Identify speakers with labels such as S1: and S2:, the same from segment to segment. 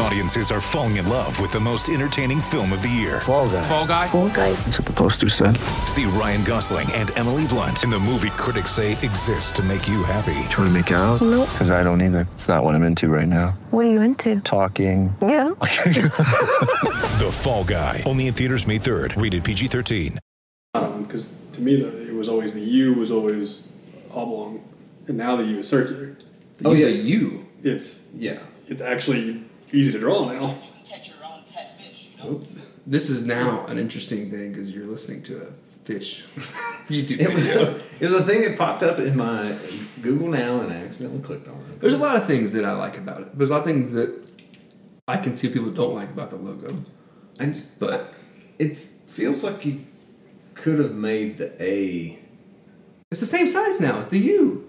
S1: Audiences are falling in love with the most entertaining film of the year.
S2: Fall guy.
S1: Fall guy.
S3: Full guy.
S2: That's what the poster said.
S1: See Ryan Gosling and Emily Blunt in the movie critics say exists to make you happy.
S2: Trying to make it out? No. Because I don't either. It's not what I'm into right now.
S3: What are you into?
S2: Talking.
S3: Yeah.
S1: The Fall Guy. Only in theaters May 3rd. Rated PG-13.
S4: because Um, to me the, it was always the U was always oblong, and now the U is circular.
S5: Oh yeah, you.
S4: It's
S5: Yeah.
S4: it's actually easy to draw now.
S6: catch your own pet fish, you know?
S4: Oops.
S5: This is now an interesting thing because you're listening to a fish YouTube
S7: It was,
S5: video.
S7: it was a thing that popped up in my Google Now and I accidentally clicked on it.
S5: There's a lot of things that I like about it. There's a lot of things that I can see people don't like about the logo,
S7: I just,
S5: but
S7: it feels like you could have made the A
S5: it's the same size now. It's the U.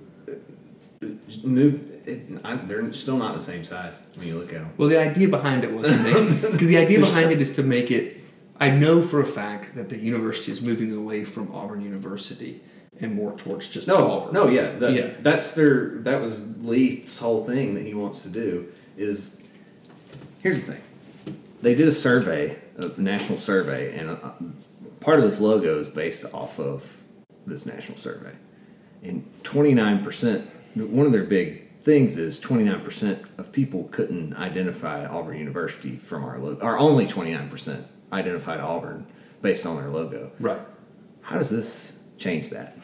S7: just move. It, I, they're still not the same size when you look at them.
S5: Well, the idea behind it was to make because the idea behind it is to make it. I know for a fact that the university is moving away from Auburn University and more towards just
S7: No,
S5: Auburn.
S7: no, yeah, that,
S5: Yeah.
S7: That's their. That was Leith's whole thing that he wants to do. Is here's the thing. They did a survey, a national survey, and uh part of this logo is based off of this national survey. And twenty nine percent. One of their big things is twenty nine percent of people couldn't identify Auburn University from our logo. Our only twenty nine percent identified Auburn based on their logo.
S5: right.
S7: How does this change that?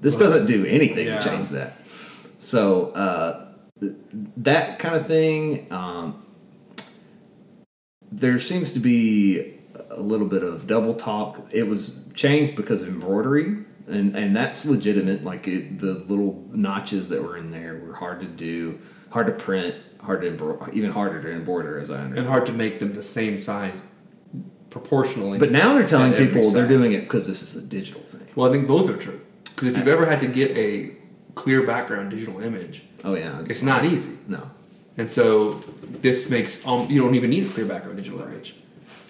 S7: This doesn't do anything
S5: yeah.
S7: to change that. So uh, th- that kind of thing. Um, there seems to be a little bit of double talk. It was changed because of embroidery, and and that's legitimate. Like it, the little notches that were in there were hard to do, hard to print, hard to embro- even harder to embroider, as I understand.
S5: and hard to make them the same size proportionally.
S7: But now they're telling
S5: at every
S7: people they're
S5: size.
S7: doing it because this is the digital thing.
S5: Well, I think both are true. Because if you've ever had to get a clear background digital image,
S7: Oh yeah,
S5: it's not easy.
S7: No,
S5: And so this makes um, you don't even need a clear background digital image.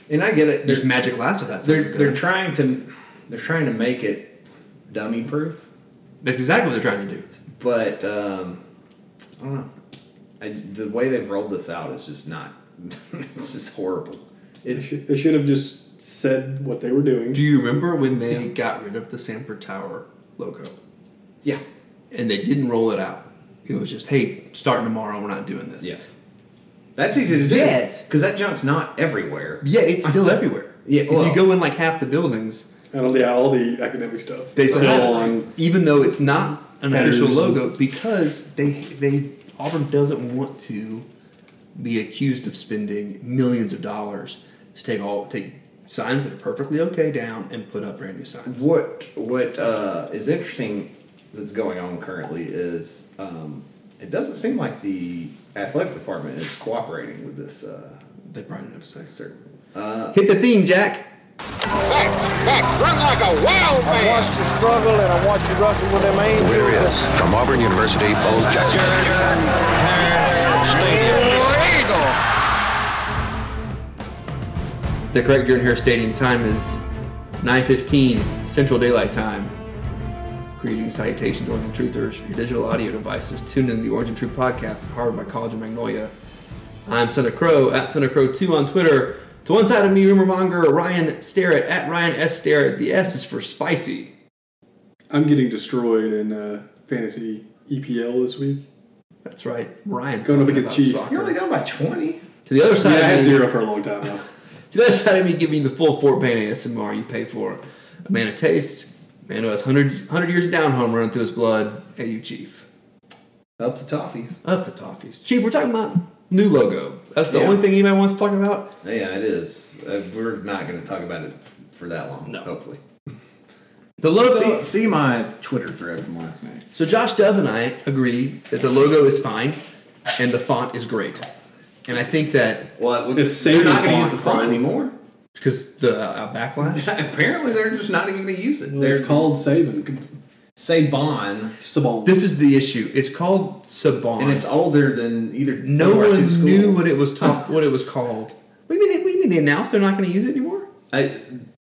S7: And I get it.
S5: There's
S7: They're,
S5: Magic Lasso that's
S7: they're,
S5: not good.
S7: they're trying to they're trying to make it dummy proof,
S5: That's exactly what they're trying to do.
S7: but um, I don't know. I, the way they've rolled this out is just not. it's just horrible.
S4: They
S7: It,
S4: should, they should have just said what they were doing.
S5: Do you remember when they got rid of the Sanford Tower logo
S7: yeah,
S5: and they didn't roll it out? It was just, hey, starting tomorrow, we're not doing this.
S7: yeah. That's easy to do
S5: Yet-
S7: because that junk's not everywhere.
S5: Yet it's still everywhere.
S7: Yeah, well-
S5: if you go in like half the buildings,
S4: And all, yeah, all the academic stuff.
S5: they still
S4: still on.
S5: even though it's not an
S4: Headers
S5: official
S4: and-
S5: logo because they they Auburn doesn't want to be accused of spending millions of dollars to take all take signs that are perfectly okay down and put up brand new signs.
S7: What what uh, is interesting that's going on currently is um, it doesn't seem like the athletic department is cooperating with this uh,
S5: They brought it up six.
S7: certain
S4: Uh,
S5: Hit the theme, Jack.
S6: Back, back, run like a wild man.
S8: you struggle and I watch you wrestle with them angels.
S9: From Auburn University, Bo Jackson.
S5: The correct Jordan Hare Stadium time is 9:15 Central Daylight Time. Greetings, salutations, Orange and Truthers. Your digital audio devices. Tune in to the Orange and Truth podcast, powered by College of Magnolia. I'm Santa Crow at Santa Crow Two on Twitter. To one side of me, rumor monger Ryan Starrett at Ryan S Starrett. The S is for spicy.
S4: I'm getting destroyed in uh, fantasy EPL this week.
S5: That's right. Ryan's
S4: Going up
S5: talking
S4: against
S5: about
S4: Chief.
S7: You're only
S5: soccer.
S7: down by 20.
S5: To the other
S4: Yeah, I
S5: side,
S4: had
S5: of me,
S4: zero for a long time now.
S5: To the other side of me giving you the full Fort Payne ASMR you pay for. A man of taste, a man who has 100, 100 years down home running through his blood. Hey, you, Chief.
S7: Up the toffees.
S5: Up the toffees. Chief, we're talking about new logo. That's the
S7: Yeah.
S5: only thing anybody wants to talk about.
S7: Yeah, it is. Uh, we're not going to talk about it f- for that long.
S5: No.
S7: Hopefully.
S5: The logo.
S7: See, see my Twitter thread from last night.
S5: So Josh Dove and I agree that the logo is fine and the font is great. And I think that
S7: Well,
S4: It's
S7: they're
S4: saving
S7: not going to use the
S4: font.
S7: font anymore.
S5: because the uh, backlash.
S7: Apparently, they're just not even going to use it.
S4: Well,
S7: they're
S4: it's called Saban.
S7: Saban,
S4: Sabon.
S5: This is the issue. It's called Saban.
S7: and it's older than either.
S5: no
S7: of our two
S5: one knew
S7: schools.
S5: what it was ta- what it was called. What do you mean? They, what do you mean they announced they're not going to use it anymore?
S7: I,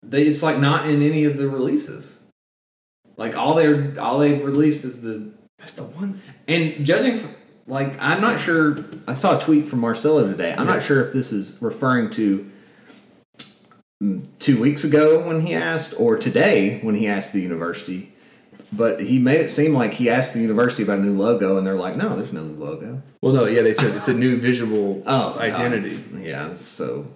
S7: They, it's like not in any of the releases. Like all they're all they've released is the
S5: That's the one.
S7: and judging from, like I'm not sure. I saw a tweet from Marcella today. I'm not sure if this is referring to mm, two weeks ago when he asked or today when he asked the university. But he made it seem like he asked the university about a new logo, and they're like, "No, there's no new logo."
S5: Well, no, yeah, they said it's a new visual
S7: Oh,
S5: identity,
S7: Yeah, so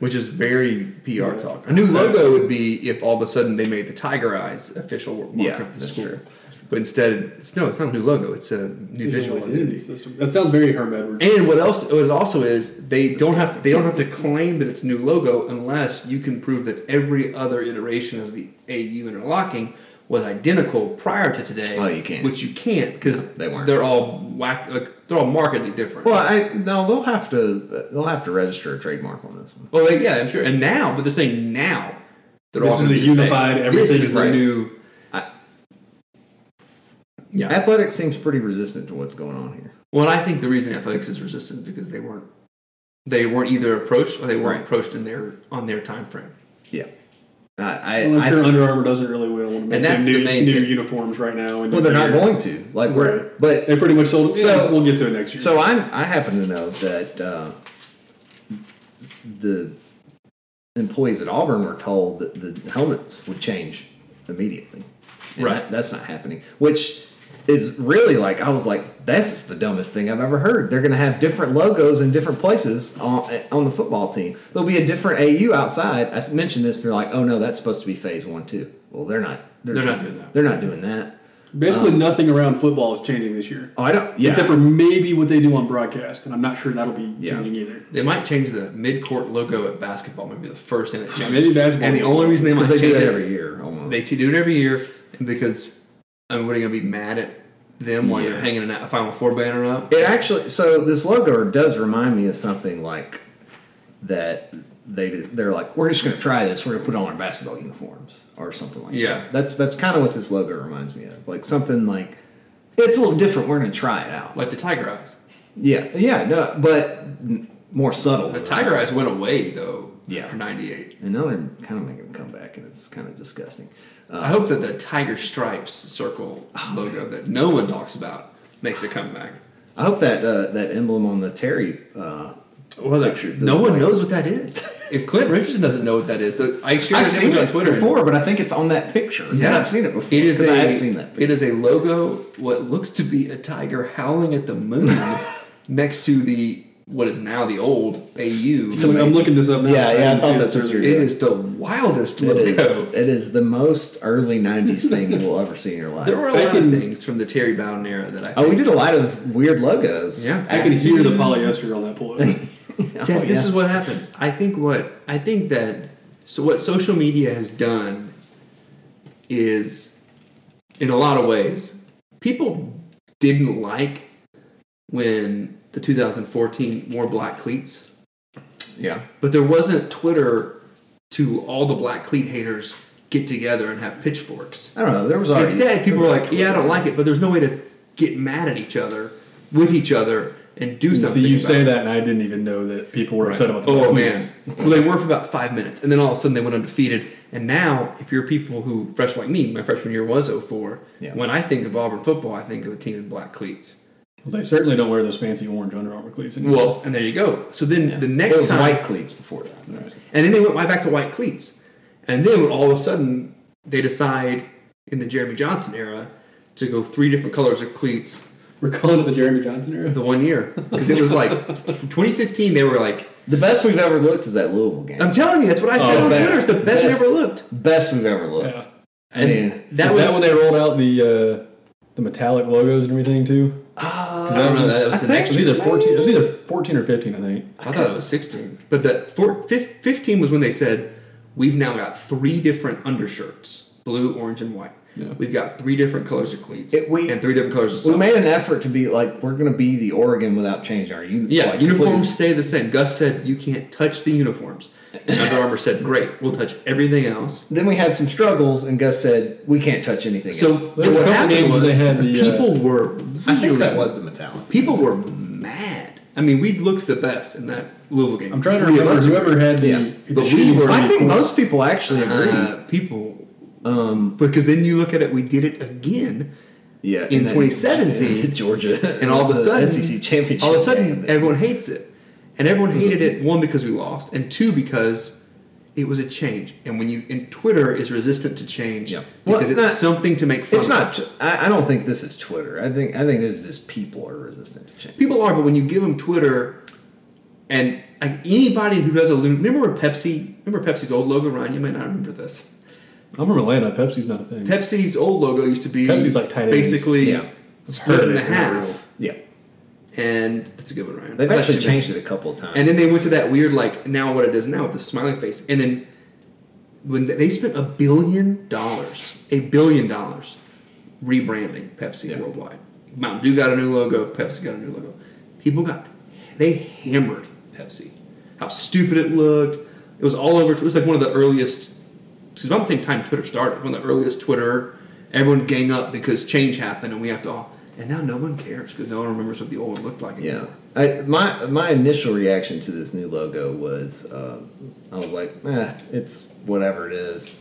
S5: which is very PR talk. A new logo would be if all of a sudden they made the tiger eyes official mark
S7: Yeah,
S5: of the
S7: that's
S5: school.
S7: true.
S5: But instead, it's no, it's not a new logo. It's a new visual identity.
S4: system. That sounds very Herm Edwards.
S5: And what else? What it also is they don't have they don't have to claim that it's a new logo unless you can prove that every other iteration of the AU interlocking was identical prior to today.
S7: Oh, you can't.
S5: Which you can't because
S7: No, they weren't.
S5: They're all whack. Like, they're all markedly different.
S7: Well, I no, they'll have to they'll have to register a trademark on this one.
S5: Oh like, yeah, I'm sure. And now, but they're saying now. They're
S4: This
S5: all
S4: is
S5: gonna
S4: the
S5: be same.
S4: unified-
S5: This
S4: everything
S5: is
S4: is
S5: the
S4: right.
S5: new. Yeah.
S7: Athletics seems pretty resistant to what's going on here.
S5: Well, and I think the reason athletics is resistant because they weren't they weren't either approached or they weren't
S7: Right.
S5: approached in their on their time frame.
S7: Yeah, I, I,
S4: Well, I'm
S7: I
S4: sure
S7: think-
S4: Under Armour doesn't really want to make
S5: that's
S4: them new,
S5: the main
S4: new
S5: thing.
S4: uniforms right now. And
S7: well, they're not
S4: figure-
S7: going to like we're
S4: Right.
S7: but
S4: They pretty much sold. So
S7: So-
S4: we'll get to it next year.
S7: So I I happen to know that uh, the employees at Auburn were told that the helmets would change immediately. And
S5: Right.
S7: that- that's not happening. Which is really like I was like, that's the dumbest thing I've ever heard. They're going to have different logos in different places on, on the football team. There'll be a different AU outside. I mentioned this. They're like, oh no, that's supposed to be phase one too. Well, they're not.
S5: They're not doing that.
S7: They're not doing that.
S4: basically, nothing around football is changing this year,
S7: Oh, I don't. uh, Yeah.
S4: except for maybe what they do on broadcast, and I'm not sure that'll be
S7: Yeah.
S4: changing either.
S5: They might change the mid-court logo at basketball. Maybe the first thing that changes.
S4: Maybe basketball.
S5: And the only reason they might
S7: because they do
S5: change
S7: that
S5: it
S7: every year almost.
S5: They do it every year, and because I mean, what are you gonna be mad at them while you're
S7: Yeah.
S5: hanging a Final Four banner up?
S7: It actually, so this logo does remind me of something like that. They just, they're like, we're just going to try this. We're going to put on our basketball uniforms or something like
S5: Yeah.
S7: that. That's that's kind of what this logo reminds me of. Like something like it's a little different. We're going to try it out.
S5: Like the Tiger Eyes.
S7: Yeah, yeah, no, but n- more subtle.
S5: The Tiger Eyes went away though.
S7: Yeah.
S5: After '98,
S7: And now they're kind of making a comeback, and it's kind of disgusting.
S5: I hope that the Tiger Stripes circle
S7: Oh,
S5: logo that no one talks about makes a comeback.
S7: I hope that uh, that emblem on the Terry uh,
S5: Well, that,
S7: Picture the
S5: no one
S7: plane.
S5: knows what that is. if Clint Richardson doesn't know what that is, though, I shared an image on Twitter
S7: before, but I think it's on that picture. Yeah, I've seen it before.
S5: It is
S7: 'cause
S5: a,
S7: I have seen that.
S5: It is a logo, what looks to be a tiger howling at the moon next to the what is now the old AU.
S4: So I'm looking this up now.
S7: Yeah,
S4: so
S7: yeah, I
S4: can
S7: thought
S4: see
S7: that's
S4: it.
S7: what you
S5: it is the wildest
S7: It
S5: logo.
S7: is. It is the most early '90s thing you will ever see in your life.
S5: There were a lot of
S4: Bacon-
S5: things from the Terry Bowden era that I
S7: oh,
S5: think-
S7: we did a lot of weird logos.
S5: Yeah.
S4: I can hear the polyester on that pullover.
S5: Ted,
S7: Oh,
S5: this
S7: yeah.
S5: is what happened. I think what I think that so what social media has done is in a lot of ways people didn't like when the 2014 wore black cleats,
S7: yeah.
S5: but there wasn't Twitter to all the black cleat haters get together and have pitchforks.
S7: I don't know. There was already,
S5: Instead, people were like, "Yeah, I don't like it," but there's no way to get mad at each other with each other and do
S4: so
S5: something.
S4: you
S5: about
S4: say
S5: it.
S4: that, and I didn't even know that people were upset about the
S5: Oh
S4: black
S5: man,
S4: boots.
S5: well, they were for about five minutes, and then all of a sudden they went undefeated. And now, if you're people who freshman like me, my freshman year was 04.
S7: Yeah.
S5: When I think of Auburn football, I think of a team in black cleats.
S4: Well, they certainly don't wear those fancy orange Under Armour cleats. anymore.
S5: Well, and there you go. So then the
S7: It
S5: next
S7: was
S5: time,
S7: white cleats before that.
S5: and then they went right back to white cleats, and then all of a sudden they decide in the Jeremy Johnson era to go three different colors of cleats
S4: we're calling it the Jeremy Johnson era.
S5: the one year because it was like 2015. They were like,
S7: The best we've ever looked is that Louisville game.
S5: "I'm telling you, that's what I said
S7: Oh,
S5: on
S7: bet-
S5: Twitter. It's the best, we
S7: best-
S5: ever looked."
S7: best we've ever looked.
S4: Yeah.
S5: And
S7: Man.
S5: that
S4: Is
S5: was
S4: that when they rolled out the uh, the metallic logos and everything too?
S5: Uh, I don't know. That was the
S4: It
S5: next.
S4: was either fourteen. It was either fourteen or fifteen, I think.
S5: I thought it was sixteen, but the four, fif- fifteen was when they said we've now got three different undershirts: blue, orange, and white.
S4: Yeah.
S5: We've got three different colors of cleats
S7: It- we-
S5: and three different colors of
S7: We
S5: socks.
S7: made an effort to be like we're going to be the Oregon without changing our uniform.
S5: yeah, uniforms stay the same. Gus said you can't touch the uniforms. And Under Armour said, "Great, we'll touch everything else."
S7: Then we had some struggles, and Gus said we can't touch anything.
S5: So
S7: else.
S4: There were a
S5: what
S4: couple
S5: happened
S4: games
S5: was
S4: they had the, uh,
S5: people were
S7: I think that
S5: really-
S7: was the metallic.
S5: people were mad. I mean, we looked the best in that Louisville game.
S4: I'm trying to
S5: Three of
S4: remember
S5: us
S4: whoever had the,
S7: Yeah.
S4: the
S5: But we
S4: shooting
S5: were-
S4: star
S7: I think
S4: for-
S7: most people actually agree.
S5: uh, people. Um, because then you look at it, we did it again.
S7: yeah,
S5: in 2017,
S7: Georgia,
S5: and all of a sudden,
S7: SEC E championship.
S5: All of a sudden,
S7: game.
S5: everyone hates it, and everyone
S7: was a-
S5: hated it one because we lost, and two because it was a change. And when you and Twitter is resistant to change
S7: Yeah. Well,
S5: because it's
S7: not-
S5: something to make fun.
S7: it's
S5: of.
S7: not. I, I don't think this is Twitter. I think I think this is just people are resistant to change.
S5: people are, but when you give them Twitter, and like anybody who does a loon, remember when Pepsi, remember Pepsi's old logo, Ryan? You might not remember this.
S4: I remember Atlanta. Pepsi's not a thing.
S5: Pepsi's old logo used to be
S4: Pepsi's like tight ends.
S5: basically
S7: Yeah.
S5: split in
S4: Split it
S5: the
S4: in
S5: half,
S7: Yeah,
S5: and that's a good one, Ryan.
S7: they've
S5: That
S7: actually
S5: should be-
S7: changed it a couple of times.
S5: And then they
S7: since
S5: went to that weird, like now what it is now with the smiling face. And then when they- they spent a billion dollars, a billion dollars rebranding Pepsi worldwide. Mountain Dew got a new logo. Pepsi got a new logo. People got they hammered Pepsi. How stupid it looked. It was all over. It was like one of the earliest. Because about the same time Twitter started, one of the earliest Twitter. Everyone gang up because change happened, and we have to all. And now no one cares because no one remembers what the old one looked like.
S7: Yeah. I, my my initial reaction to this new logo was uh, I was like, eh, it's whatever it is.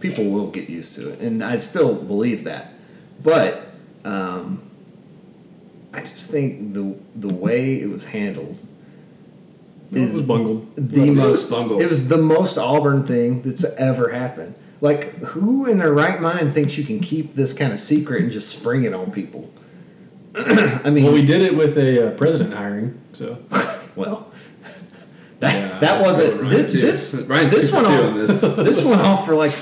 S7: People will get used to it, and I still believe that. But um, I just think the the way it was handled
S4: It was bungled.
S7: the
S5: It was
S7: most
S5: bungled.
S7: it was the most Auburn thing that's ever happened. Like, who in their right mind thinks you can keep this kind of secret and just spring it on people? I mean,
S4: Well, we did it with a uh, president hiring, so
S7: Well, that,
S5: Yeah,
S7: that
S5: that's
S7: wasn't
S5: good, Ryan,
S7: this
S5: too.
S7: this,
S5: Ryan's
S7: this
S5: two
S7: went
S5: for two
S7: off
S5: on
S7: this.
S5: this.
S7: went off for like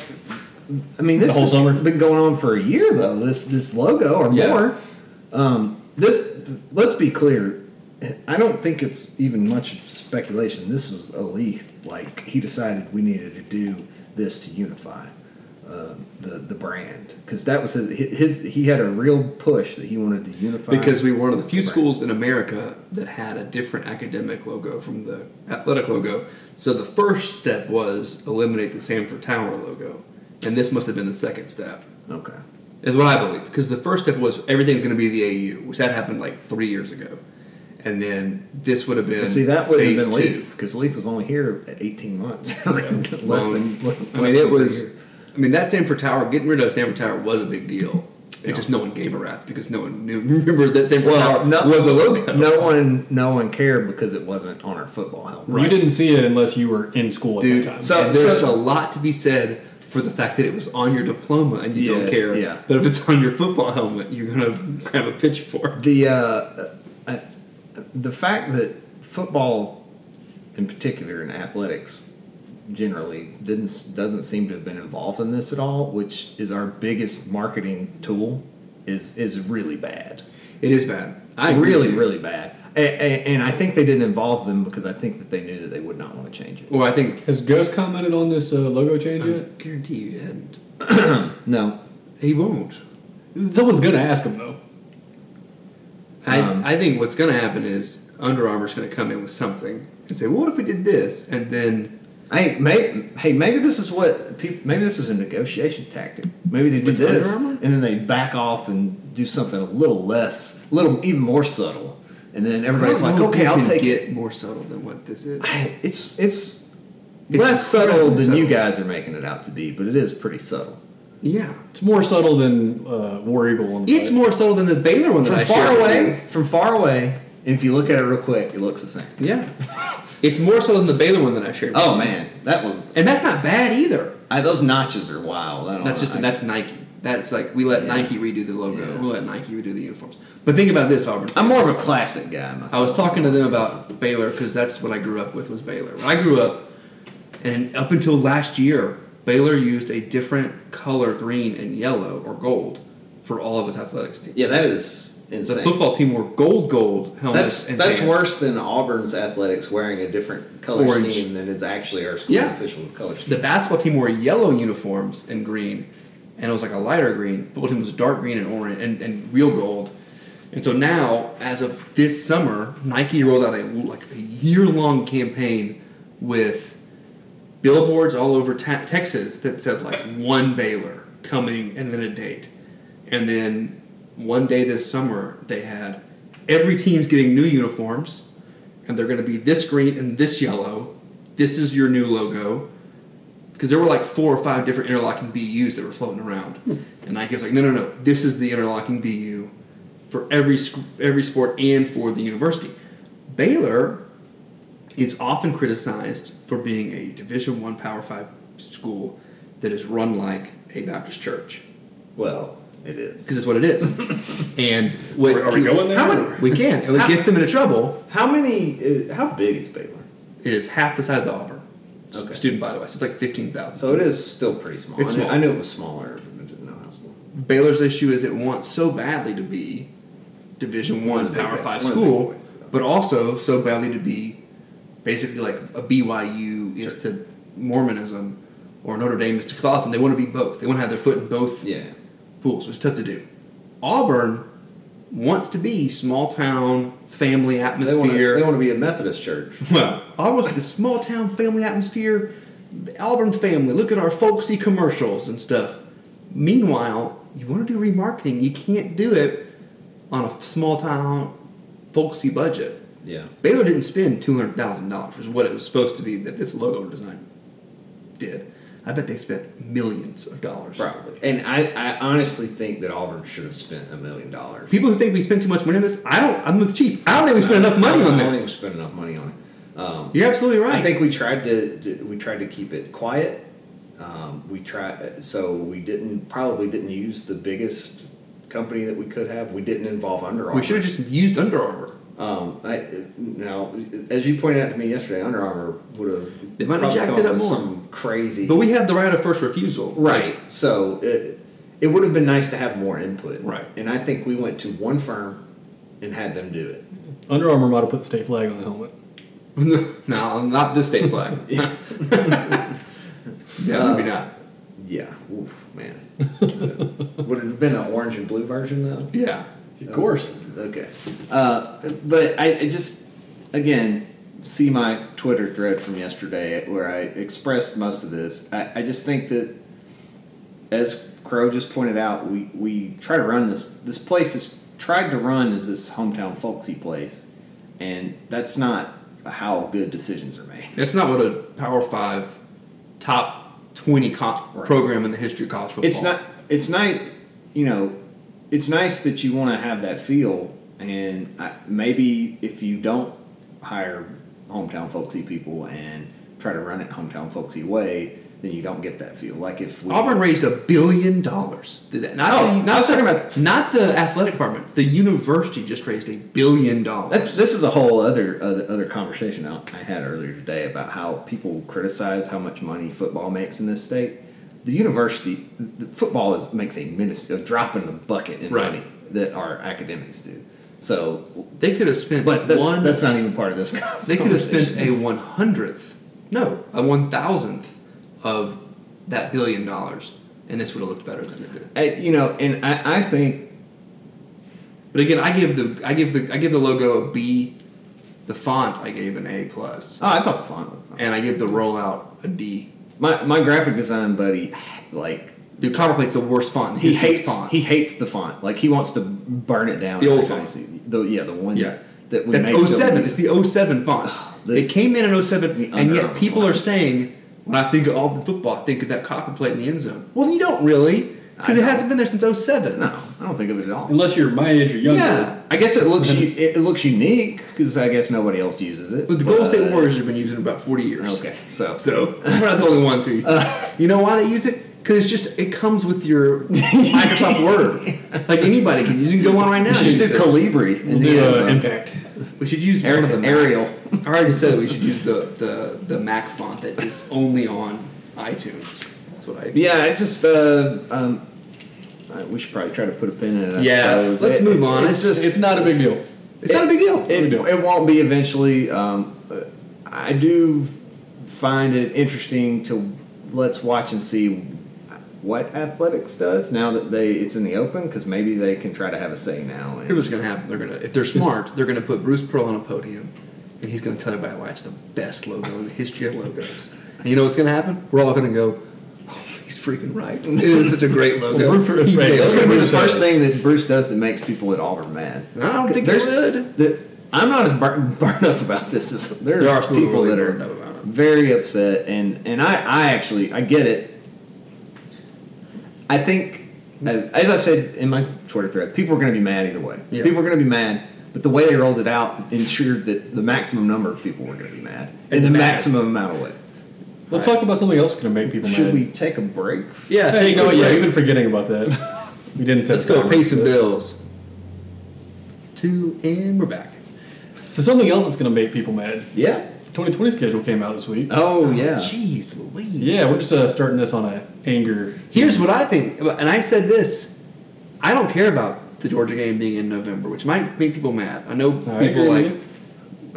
S7: I mean this
S4: The whole
S7: has
S4: summer?
S7: been going on for a year though this this logo or
S5: Yeah.
S7: more. Um, this let's be clear. I don't think it's even much speculation. This was a Leith. Like he decided we needed to do this to unify um, the the brand because that was his, his. He had a real push that he wanted to unify
S5: because we were one of the few
S7: Right.
S5: schools in America that had a different academic logo from the athletic logo. So the first step was eliminate the Sanford Tower logo, and this must have been the second step,
S7: okay.
S5: is what I believe. Because the first step was everything's going to be the AU, which that happened like three years ago, and then this would have been
S7: See, that would have
S5: phase
S7: been
S5: two.
S7: Leith because Leith was only here at 18 months. less than.
S5: Well,
S7: Less
S5: I mean,
S7: than
S5: it was.
S7: three
S5: I mean, that Sanford Tower, getting rid of Sanford Tower was a big deal. It just no one gave a rat's because no one knew. Remember that Sanford
S7: Well,
S5: Tower
S7: no-
S5: was a logo.
S7: years. No one, no one cared because it wasn't on our football helmet.
S4: you didn't see it unless you were in school at
S5: dude.
S4: that time.
S7: So-
S5: and there's a
S7: so-
S5: lot to be said for the fact that it was on your diploma and you
S7: Yeah,
S5: don't care.
S7: yeah.
S5: But if it's on your football helmet, you're gonna grab a pitchfork.
S7: The uh, uh, uh, the fact that football, in particular, and athletics generally didn't s- doesn't seem to have been involved in this at all, which is our biggest marketing tool, is is really bad.
S5: It is bad. I agree
S7: really,
S5: with you.
S7: really bad. A- a- And I think they didn't involve them because I think that they knew that they would not want to change it.
S5: Well, I think
S4: Has Gus commented on this uh, logo change yet?
S5: guarantee you didn't.
S7: No,
S5: He won't.
S4: Someone's gonna ask him though.
S5: I,
S7: Um,
S5: I think what's gonna happen is Under Armour's gonna come in with something and say, well, "What if we did this?" And then
S7: Hey, may, hey, maybe this is what peop maybe this is a negotiation tactic. Maybe they do
S5: With
S7: this
S5: Under Armour?
S7: and then they back off and do something a little less, little even more subtle, and then everybody's
S5: I
S7: like,
S5: don't know if
S7: "Okay,
S5: you
S7: I'll
S5: can
S7: take
S5: get
S7: it."
S5: more subtle than what this is.
S7: It's it's,
S5: It's
S7: less subtle
S5: incredibly
S7: than you
S5: subtle.
S7: guys are making it out to be, but it is pretty subtle.
S5: Yeah,
S4: It's more subtle than uh, War Eagle. On the
S5: it's
S4: side.
S5: more subtle than the Baylor one.
S7: From
S5: that I
S7: far
S5: shared with you.
S7: away, from far away, and if you look at it real quick, it looks the same.
S5: Yeah, it's more so than the Baylor one that I shared. with
S7: Oh
S5: you.
S7: man, that was
S5: and that's not bad either.
S7: I, those notches are wild. I don't
S5: That's
S7: know.
S5: just
S7: I-
S5: that's Nike. That's like we let
S7: Yeah.
S5: Nike redo the logo.
S7: Yeah.
S5: We let Nike redo the uniforms. But think about this, Auburn.
S7: I'm
S5: fans.
S7: more of a classic guy. Myself.
S5: I was talking to them about Baylor because that's what I grew up with was Baylor. When I grew up, and up until last year, Baylor used a different color, green and yellow or gold, for all of its athletics teams.
S7: Yeah, that is
S5: the
S7: insane.
S5: football team wore gold, gold helmets.
S7: That's
S5: and
S7: that's
S5: pants.
S7: worse than Auburn's athletics wearing a different color
S5: Orange.
S7: scheme than is actually our school's
S5: Yeah.
S7: official color
S5: The
S7: scheme.
S5: basketball team wore yellow uniforms and green, and it was like a lighter green. Football team was dark green and orange and, and real gold. And so now, as of this summer, Nike rolled out a like a year long campaign with billboards all over ta- Texas that said like one Baylor coming and then a date, and then one day this summer they had every team's getting new uniforms, and they're going to be this green and this yellow. This is your new logo. Because there were like four or five different interlocking BUs that were floating around, and Nike was like, "No, no, no! This is the interlocking BU for every sc- every sport and for the university." Baylor is often criticized for being a Division One Power Five school that is run like a Baptist church
S7: Well, it is.
S5: because it's what it is. and what,
S4: Are we going there?
S5: How many, we can, and it gets them into trouble.
S7: How many? Uh, how big is Baylor?
S5: It is half the size of Auburn. S-
S7: Okay.
S5: Student by the way, so it's like fifteen thousand.
S7: So it is still pretty small.
S5: It's
S7: I, knew,
S5: small.
S7: I knew it was smaller, but I didn't know how small.
S5: Baylor's issue is it wants so badly to be Division
S7: One
S5: One
S7: of the big
S5: Power
S7: boys.
S5: Five
S7: One of the
S5: school,
S7: big boys, so.
S5: but also so badly to be basically like a BYU is to Mormonism or Notre Dame is to Clausen. They want to be both. They want to have their foot in both
S7: Yeah.
S5: pools, which is tough to do. Auburn wants to be small town family
S7: They want,
S5: atmosphere.
S7: to, they want to be a Methodist church.
S5: Well, Auburn's like the small town family atmosphere. The Auburn family, look at our folksy commercials and stuff. Meanwhile, you want to do remarketing, you can't do it on a small town folksy budget.
S7: Yeah.
S5: Baylor didn't spend two hundred thousand dollars, which is what it was supposed to be that this logo design did. I bet they spent millions of dollars.
S7: Probably. And I, I honestly think that Auburn should have spent a million dollars.
S5: People who think we spend too much money on this, I don't. I'm with Chief. I don't think we spent enough money on
S7: I don't think we
S5: this.
S7: spent enough money on it. Um,
S5: You're absolutely right.
S7: I think we tried to, to we tried to keep it quiet. Um, we tried so we didn't probably didn't use the biggest company that we could have. We didn't involve Under Armour.
S5: we should have just used Under Armour.
S7: Um, I, now, as you pointed out to me yesterday, Under Armour would have
S5: They might have
S7: probably
S5: jacked
S7: come
S5: it
S7: up
S5: up
S7: with
S5: more.
S7: some crazy.
S5: But we have the right of first refusal.
S7: right, so it, it would have been nice to have more input.
S5: Right.
S7: and I think we went to one firm and had them do it.
S10: Under Armour might have put the state flag on the helmet.
S5: no, not this state flag. yeah, maybe not.
S7: Yeah, oof, man. would it have been an orange and blue version though?
S5: Yeah.
S4: Of course.
S7: Okay. Uh, but I, I just, again, see my Twitter thread from yesterday where I expressed most of this. I, I just think that, as Crow just pointed out, we, we try to run this. This place is tried to run as this hometown folksy place, and that's not how good decisions are made.
S5: That's not what a Power Five top twenty co-
S7: Right.
S5: program in the history of college football.
S7: It's not. It's nice. You know, it's nice that you want to have that feel, and I, maybe if you don't hire hometown folksy people and try to run it hometown folksy way, then you don't get that feel. Like if we,
S5: Auburn raised a billion dollars. Did that- Not
S7: Oh,
S5: the, not
S7: I was
S5: the-
S7: talking about-
S5: not the athletic department. The university just raised a billion dollars.
S7: That's this is a whole other other, other conversation I I had earlier today about how people criticize how much money football makes in this state. The university, the football is makes a, minis- a drop in the bucket in
S5: Right.
S7: money that our academics do. So
S5: they could have spent
S7: But that's,
S5: one.
S7: that's not even part of this.
S5: they could have spent
S7: conversation.
S5: a one hundredth, no, a one thousandth of that billion dollars, and this would have looked better than it did.
S7: I- you know, and I, I think
S5: But again, I give the I give the I give the logo a B. The font I gave an A plus,
S7: oh, I thought the font. Was fine.
S5: and I give the rollout a D.
S7: My my graphic design buddy, like
S5: Dude, Contemplate's the worst font. in
S7: he
S5: history of
S7: hates
S5: font.
S7: he hates the font. Like he wants to burn it down.
S5: The old
S7: every time
S5: font.
S7: he sees- The, yeah, the one
S5: yeah.
S7: that oh we
S5: That's
S7: may still
S5: 07.
S7: use.
S5: It's the 07 font.
S7: The-
S5: it came in in 07,
S7: the
S5: and yet
S7: Under
S5: people
S7: Armour
S5: are
S7: font.
S5: saying, when I think of Auburn football, I think of that Contemplate in the end zone. Well, you don't really, because
S7: I
S5: it
S7: know.
S5: hasn't been there since 07.
S7: no, I don't think of it at all.
S4: Unless you're my age or younger.
S5: Yeah.
S7: I guess it looks u- it, it looks unique because I guess nobody else uses it.
S5: But the Golden State
S7: but- uh,
S5: Warriors have been using it about 40 years.
S7: Okay, Uh, so
S5: So we're not the only ones who. you know why they use it? Because it's just it comes with your Microsoft Word. Like anybody can use. it. You can go on right now.
S7: you
S5: and
S7: should
S5: use
S7: do
S5: it.
S7: Calibri and
S10: Do
S7: the
S10: uh, impact.
S5: we should use one of the Mac.
S7: Ariel.
S5: I already said that we should use the the the Mac font that is only on iTunes. That's what I.
S7: Yeah, I just uh, um, uh, we should probably try to put a pin in it. I
S5: Yeah,
S7: suppose.
S5: let's
S7: It-
S5: move on.
S7: It's,
S5: It's-
S7: just
S10: It's not a big deal.
S5: It's not a big deal.
S7: it,
S10: do.
S7: it won't be eventually. Um, uh, I do f- find it interesting to let's watch and see what athletics does now that they it's in the open because maybe they can try to have a say now.
S5: Here's
S7: And,
S5: what's gonna happen. They're gonna if they're smart, they're gonna put Bruce Pearl on a podium, and he's gonna tell everybody why it's the best logo in the history of logos. And you know what's gonna happen? We're all gonna go. Oh, he's He's freaking right. It is such a great logo.
S7: Well, Rupert
S5: He
S7: Friend.
S5: nailed
S7: That's
S5: it.
S7: gonna be the first thing that Bruce does that makes people at Auburn mad.
S5: I don't think
S7: There's-
S5: it would.
S7: That I'm not as burnt, burnt up about this as there's
S5: There are people
S7: people
S5: really
S7: that are
S5: burned up about it.
S7: very upset, and and I I actually I get it. I think, uh, as I said in my Twitter thread, people are going to be mad either way.
S5: Yeah.
S7: People are going to be mad, but the way they rolled it out ensured that the maximum number of people were going to be mad in
S5: And
S7: the
S5: the
S7: maximum amount of way.
S10: Let's talk about something else that's gonna make people mad.
S7: Should we take a break?
S5: Yeah.
S10: Hey, you know what? Yeah,
S5: right.
S10: we've been forgetting about that. we didn't set
S5: Let's
S10: the
S5: go
S10: timer,
S5: pay some
S10: but-
S5: bills. Two and we're back.
S10: So something else that's gonna make people mad.
S7: Yeah.
S10: The 2020 schedule came out this week.
S7: Oh yeah.
S5: Jeez Louise.
S10: Yeah, we're just uh, starting this on a anger.
S5: Here's what I think, and I said this: I don't care about the Georgia game being in November, which might make people mad. I know
S10: I
S5: people
S10: agree with
S5: like.
S10: you.
S5: like,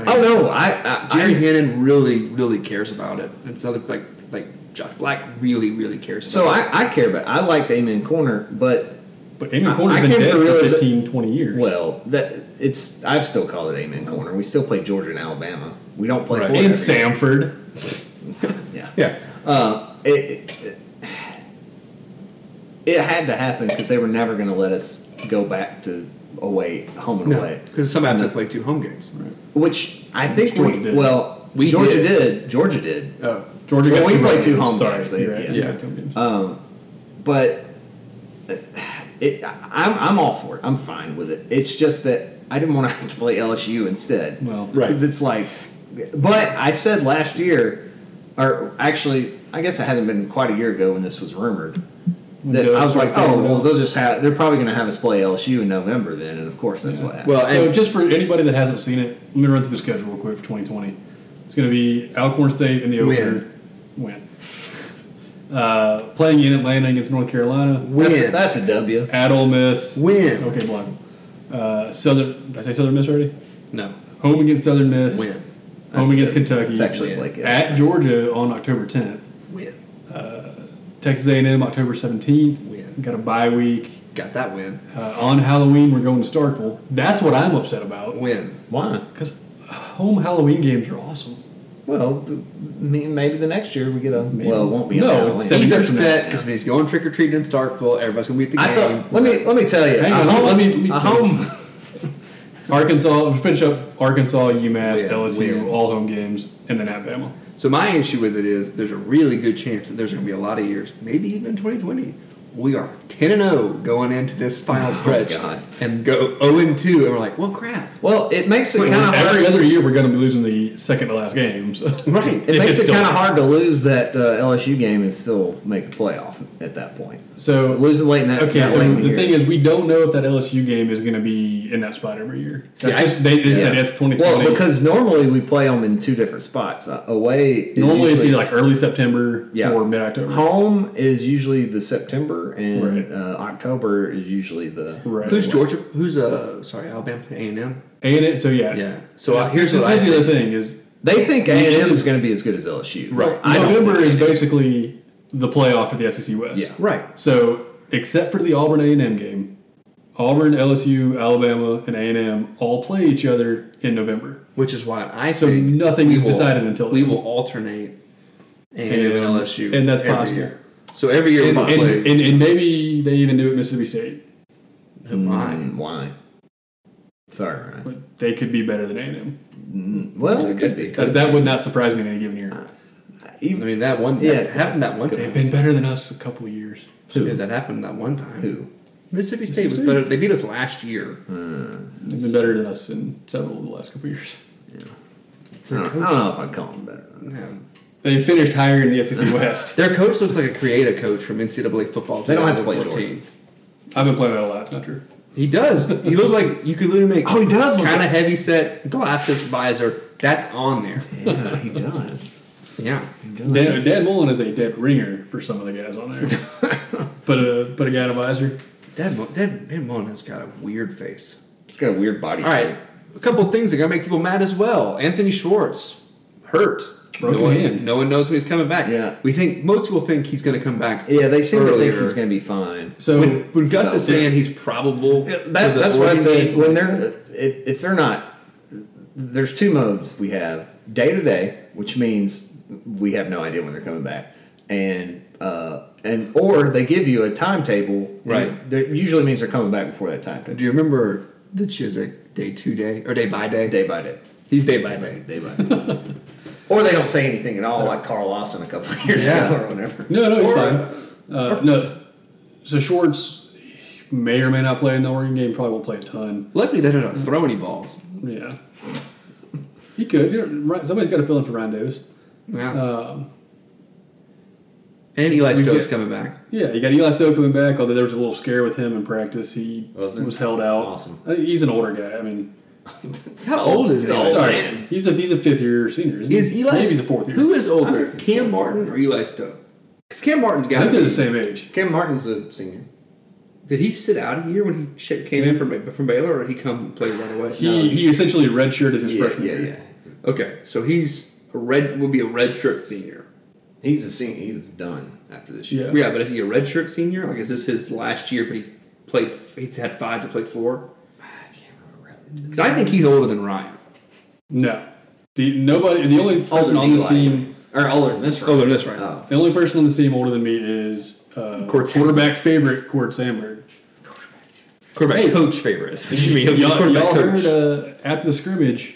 S7: Oh no, I, I
S5: Jerry
S7: I-
S5: Hannon really, really cares about it, and so like like Josh Black really, really cares. About
S7: So
S5: it.
S7: I, I care about. I liked Amen Corner, but
S10: But Amy
S7: I-
S10: Corner's
S7: I
S10: been
S7: came to
S10: dead for
S7: realize that-
S10: 15, 20 years.
S7: well, that it's. I've still called it Amen Corner. We still play Georgia and Alabama. We don't play
S5: Right.
S7: Florida.
S10: And
S7: every year.
S10: Samford.
S7: Yeah.
S5: yeah,
S7: Uh, it, it, it- it had to happen because they were never going to let us go back to away home and
S5: no,
S7: away.
S5: because somehow had to play two home games.
S7: Which I think
S10: Georgia
S7: we
S10: did.
S7: well
S5: We
S7: Georgia
S5: did.
S7: did Georgia did
S5: Oh,
S10: Georgia
S7: Well,
S10: got
S7: we
S10: two
S7: played
S10: home
S7: two
S10: games.
S7: home
S10: Sorry,
S7: games, they-
S10: you're right.
S7: yeah.
S10: We played two home games.
S7: but uh, it, I'm, I'm all for it. I'm fine with it. It's just that I didn't want to have to play LSU instead.
S10: Well,
S5: Right.
S7: Because it's like, but I said last year, or actually, I guess it hasn't been quite a year ago when this was rumored. That
S10: Yeah,
S7: I was like,
S10: that's what I
S7: oh,
S10: thought
S7: well,
S10: about.
S7: they'll just have, they're probably going to have us play LSU in November then, and of course that's what happened.
S5: well,
S10: so
S5: and-
S10: just for anybody that hasn't seen it, let me run through the schedule real quick for 2020. It's going to be Alcorn State in the opener. Win. Uh, playing in Atlanta against North Carolina.
S7: that's,
S5: win.
S7: that's a W.
S10: At Ole Miss.
S5: Win.
S10: Okay, block. Uh, Southern. Did I say Southern Miss already?
S5: no,
S10: Home against Southern Miss.
S5: win,
S10: Home
S7: That's
S10: against
S7: good.
S10: Kentucky.
S7: It's actually like
S10: at Georgia on October 10th.
S5: win,
S10: Texas A&M October 17th.
S5: Win.
S10: Got a bye week.
S5: got that win,
S10: Uh, on Halloween, we're going to Starkville. That's what I'm upset about.
S5: win.
S7: Why?
S10: Because home Halloween games are awesome.
S7: Well, th- me- maybe the next year we get a.
S10: Maybe.
S7: Well, it won't be.
S10: No,
S7: on
S10: it's
S7: Halloween.
S10: seven
S5: He's
S10: years
S5: upset because when he's going trick or treating in Starkville, everybody's gonna be at the
S7: I
S5: game.
S7: saw. Let me let me tell you.
S10: Hang
S7: a
S10: on,
S7: home,
S10: let me- let me
S7: a home
S10: finish. Arkansas, finish up Arkansas, UMass,
S5: Win,
S10: LSU,
S5: win.
S10: all home games, and then Alabama.
S5: So my issue with it is there's a really good chance that there's going to be a lot of years, maybe even 2020. We are 10 and 0 going into this final stretch
S7: God.
S5: and go 0 and 2 and we're like, "Well, crap."
S7: Well, it makes it kind of
S10: Every
S7: hard.
S10: other year, we're going to be losing the second to last game. So.
S5: Right.
S7: It
S10: if
S7: makes
S10: it's
S7: it
S10: still-
S7: kind of hard to lose that uh, LSU game and still make the playoff at that point.
S10: So
S7: Lose it late in that.
S10: okay,
S7: that
S10: so
S7: late in
S10: the
S7: year.
S10: thing is, we don't know if that LSU game is going to be in that spot every year.
S5: See,
S10: That's
S5: I-
S10: just, they they
S7: Yeah.
S10: said that's 2020.
S7: Well, because normally we play them in two different spots. Uh, away is
S10: normally it's
S7: usually-
S10: either like early September
S7: Yeah.
S10: or mid October.
S7: home is usually the September and
S10: Right.
S7: uh, October is usually the
S10: Right.
S5: Who's Georgia? Who's uh sorry, Alabama A&M?
S10: And it, so yeah,
S5: Yeah. So, uh, here's
S10: this
S5: what
S10: is
S5: I
S10: the other thing is
S7: They think A and M is going to be as good as LSU.
S5: Right.
S7: I don't
S10: November
S7: think
S10: is
S7: they do.
S10: basically the playoff for the SEC West.
S7: Yeah.
S5: Right.
S10: So except for the Auburn A and M game, Auburn, LSU, Alabama, and A and M all play each other in November.
S5: Which is why I
S10: So
S5: think
S10: nothing
S5: we
S10: is
S5: will-
S10: decided until
S5: we
S10: then.
S5: will alternate A&M
S10: And-
S5: and LSU.
S10: and that's
S5: every
S10: possible.
S5: year. So every year
S10: And,
S5: we play.
S10: and, and, and maybe they even do it at Mississippi State.
S5: Why?
S7: Mm, Why? Sorry, Ryan.
S10: But they could be better than A and M.
S7: Well, it could be.
S10: That, that would not surprise me in any given year.
S5: I mean that one
S7: Yeah.
S5: that happened that one time.
S10: They've been better than us a couple of years.
S5: Yeah, that happened that one time.
S7: Who?
S5: Mississippi State was better. They beat us last year.
S10: They've been better than us in several of the last couple of years.
S7: I don't, I don't know if I'd call them better.
S5: Yeah.
S10: They finished higher in the SEC West.
S5: Their coach looks like a creative coach from NCAA football.
S7: They don't have to play
S5: 2014.
S10: I've been playing that a lot. It's not true.
S5: He does. He looks like you could literally make.
S7: Oh, he does look
S5: Kind of
S7: like-
S5: heavy set glasses visor. That's on there.
S7: Yeah, he does.
S5: Yeah.
S10: Dan, Dan Mullen is a dead ringer for some of the guys on there. put a put a guy in a visor.
S5: That Mo- that Dan Mullen has got a weird face.
S7: He's got a weird body.
S5: All right, a couple of things that are gonna make people mad as well. Anthony Schwartz hurt.
S10: Broken
S5: no one,
S10: hand.
S5: No one knows when he's coming back.
S7: Yeah.
S5: We think most people think he's gonna come back.
S7: Yeah, they seem to think
S5: earlier.
S7: he's going to be fine.
S10: So
S5: When, when Gus is
S7: Yeah.
S5: saying he's probable,
S7: Yeah,
S5: for
S7: that,
S5: the
S7: that's what I
S5: Oregon
S7: say.
S5: game,
S7: When they're if, if they're not, there's two modes we have: day to day, which means we have no idea when they're coming back, and uh, and or they give you a timetable. and
S5: Right.
S7: That usually means they're coming back before that timetable.
S5: Do you remember the Chiswick day two day or day by day?
S7: Day by day.
S5: He's day by day.
S7: Day by day. or they don't say anything at all, like Carl Lawson a couple of years
S5: Yeah.
S7: ago or whatever.
S10: No, no, he's
S5: Or-
S10: fine. Uh, no, so Schwartz may or may not play in the Oregon game. Probably won't play a ton.
S5: Luckily, they don't throw any balls.
S10: Yeah, he could. You're right. Somebody's got to fill in for Ryan Davis.
S5: Yeah.
S10: Um,
S5: and Eli
S10: we
S5: Stokes
S10: get-
S5: coming back.
S10: yeah, you got Eli Stowe coming back. Although there was a little scare with him in practice. He
S7: Was
S10: was,
S7: there?
S10: held out.
S7: Awesome.
S10: Uh, He's an older guy. I mean,
S5: How old is
S7: He's old.
S5: Eli?
S10: sorry,
S7: man.
S10: he's a he's a fifth year senior. Isn't he?
S5: Is Eli?
S10: maybe he's a fourth year?
S5: Who is older,
S7: think
S5: Cam Martin or Eli Stokes? Because Cam Martin's
S10: I
S5: got
S10: think
S5: to
S10: they're the
S5: be.
S10: same age.
S7: Cam Martin's a senior.
S5: Did he sit out a year when he sh- came in from from Baylor, or did he come and play right away?
S10: He he essentially redshirted his
S7: Yeah,
S10: freshman
S7: yeah,
S10: year.
S7: yeah.
S5: Okay, so he's a red will be a red shirt senior.
S7: He's a senior. He's done after this year.
S10: Yeah.
S5: Yeah, but is he a red shirt senior? Like, is this his last year? But he's played. He's had five to play four. Because I think he's older than Ryan.
S10: No, the nobody. The only
S7: Older
S10: person
S7: than
S10: on this
S7: Eli.
S10: team,
S7: Or older than this
S5: Older than this, right?
S7: Oh.
S10: the only person on this team older than me is uh,
S5: Court Sandberg.
S10: quarterback favorite Court Sandberg.
S5: Quarterback
S10: Hey.
S5: coach favorite. is what you mean.
S10: y'all,
S5: Quarterback
S10: y'all
S5: coach.
S10: heard uh, after the scrimmage,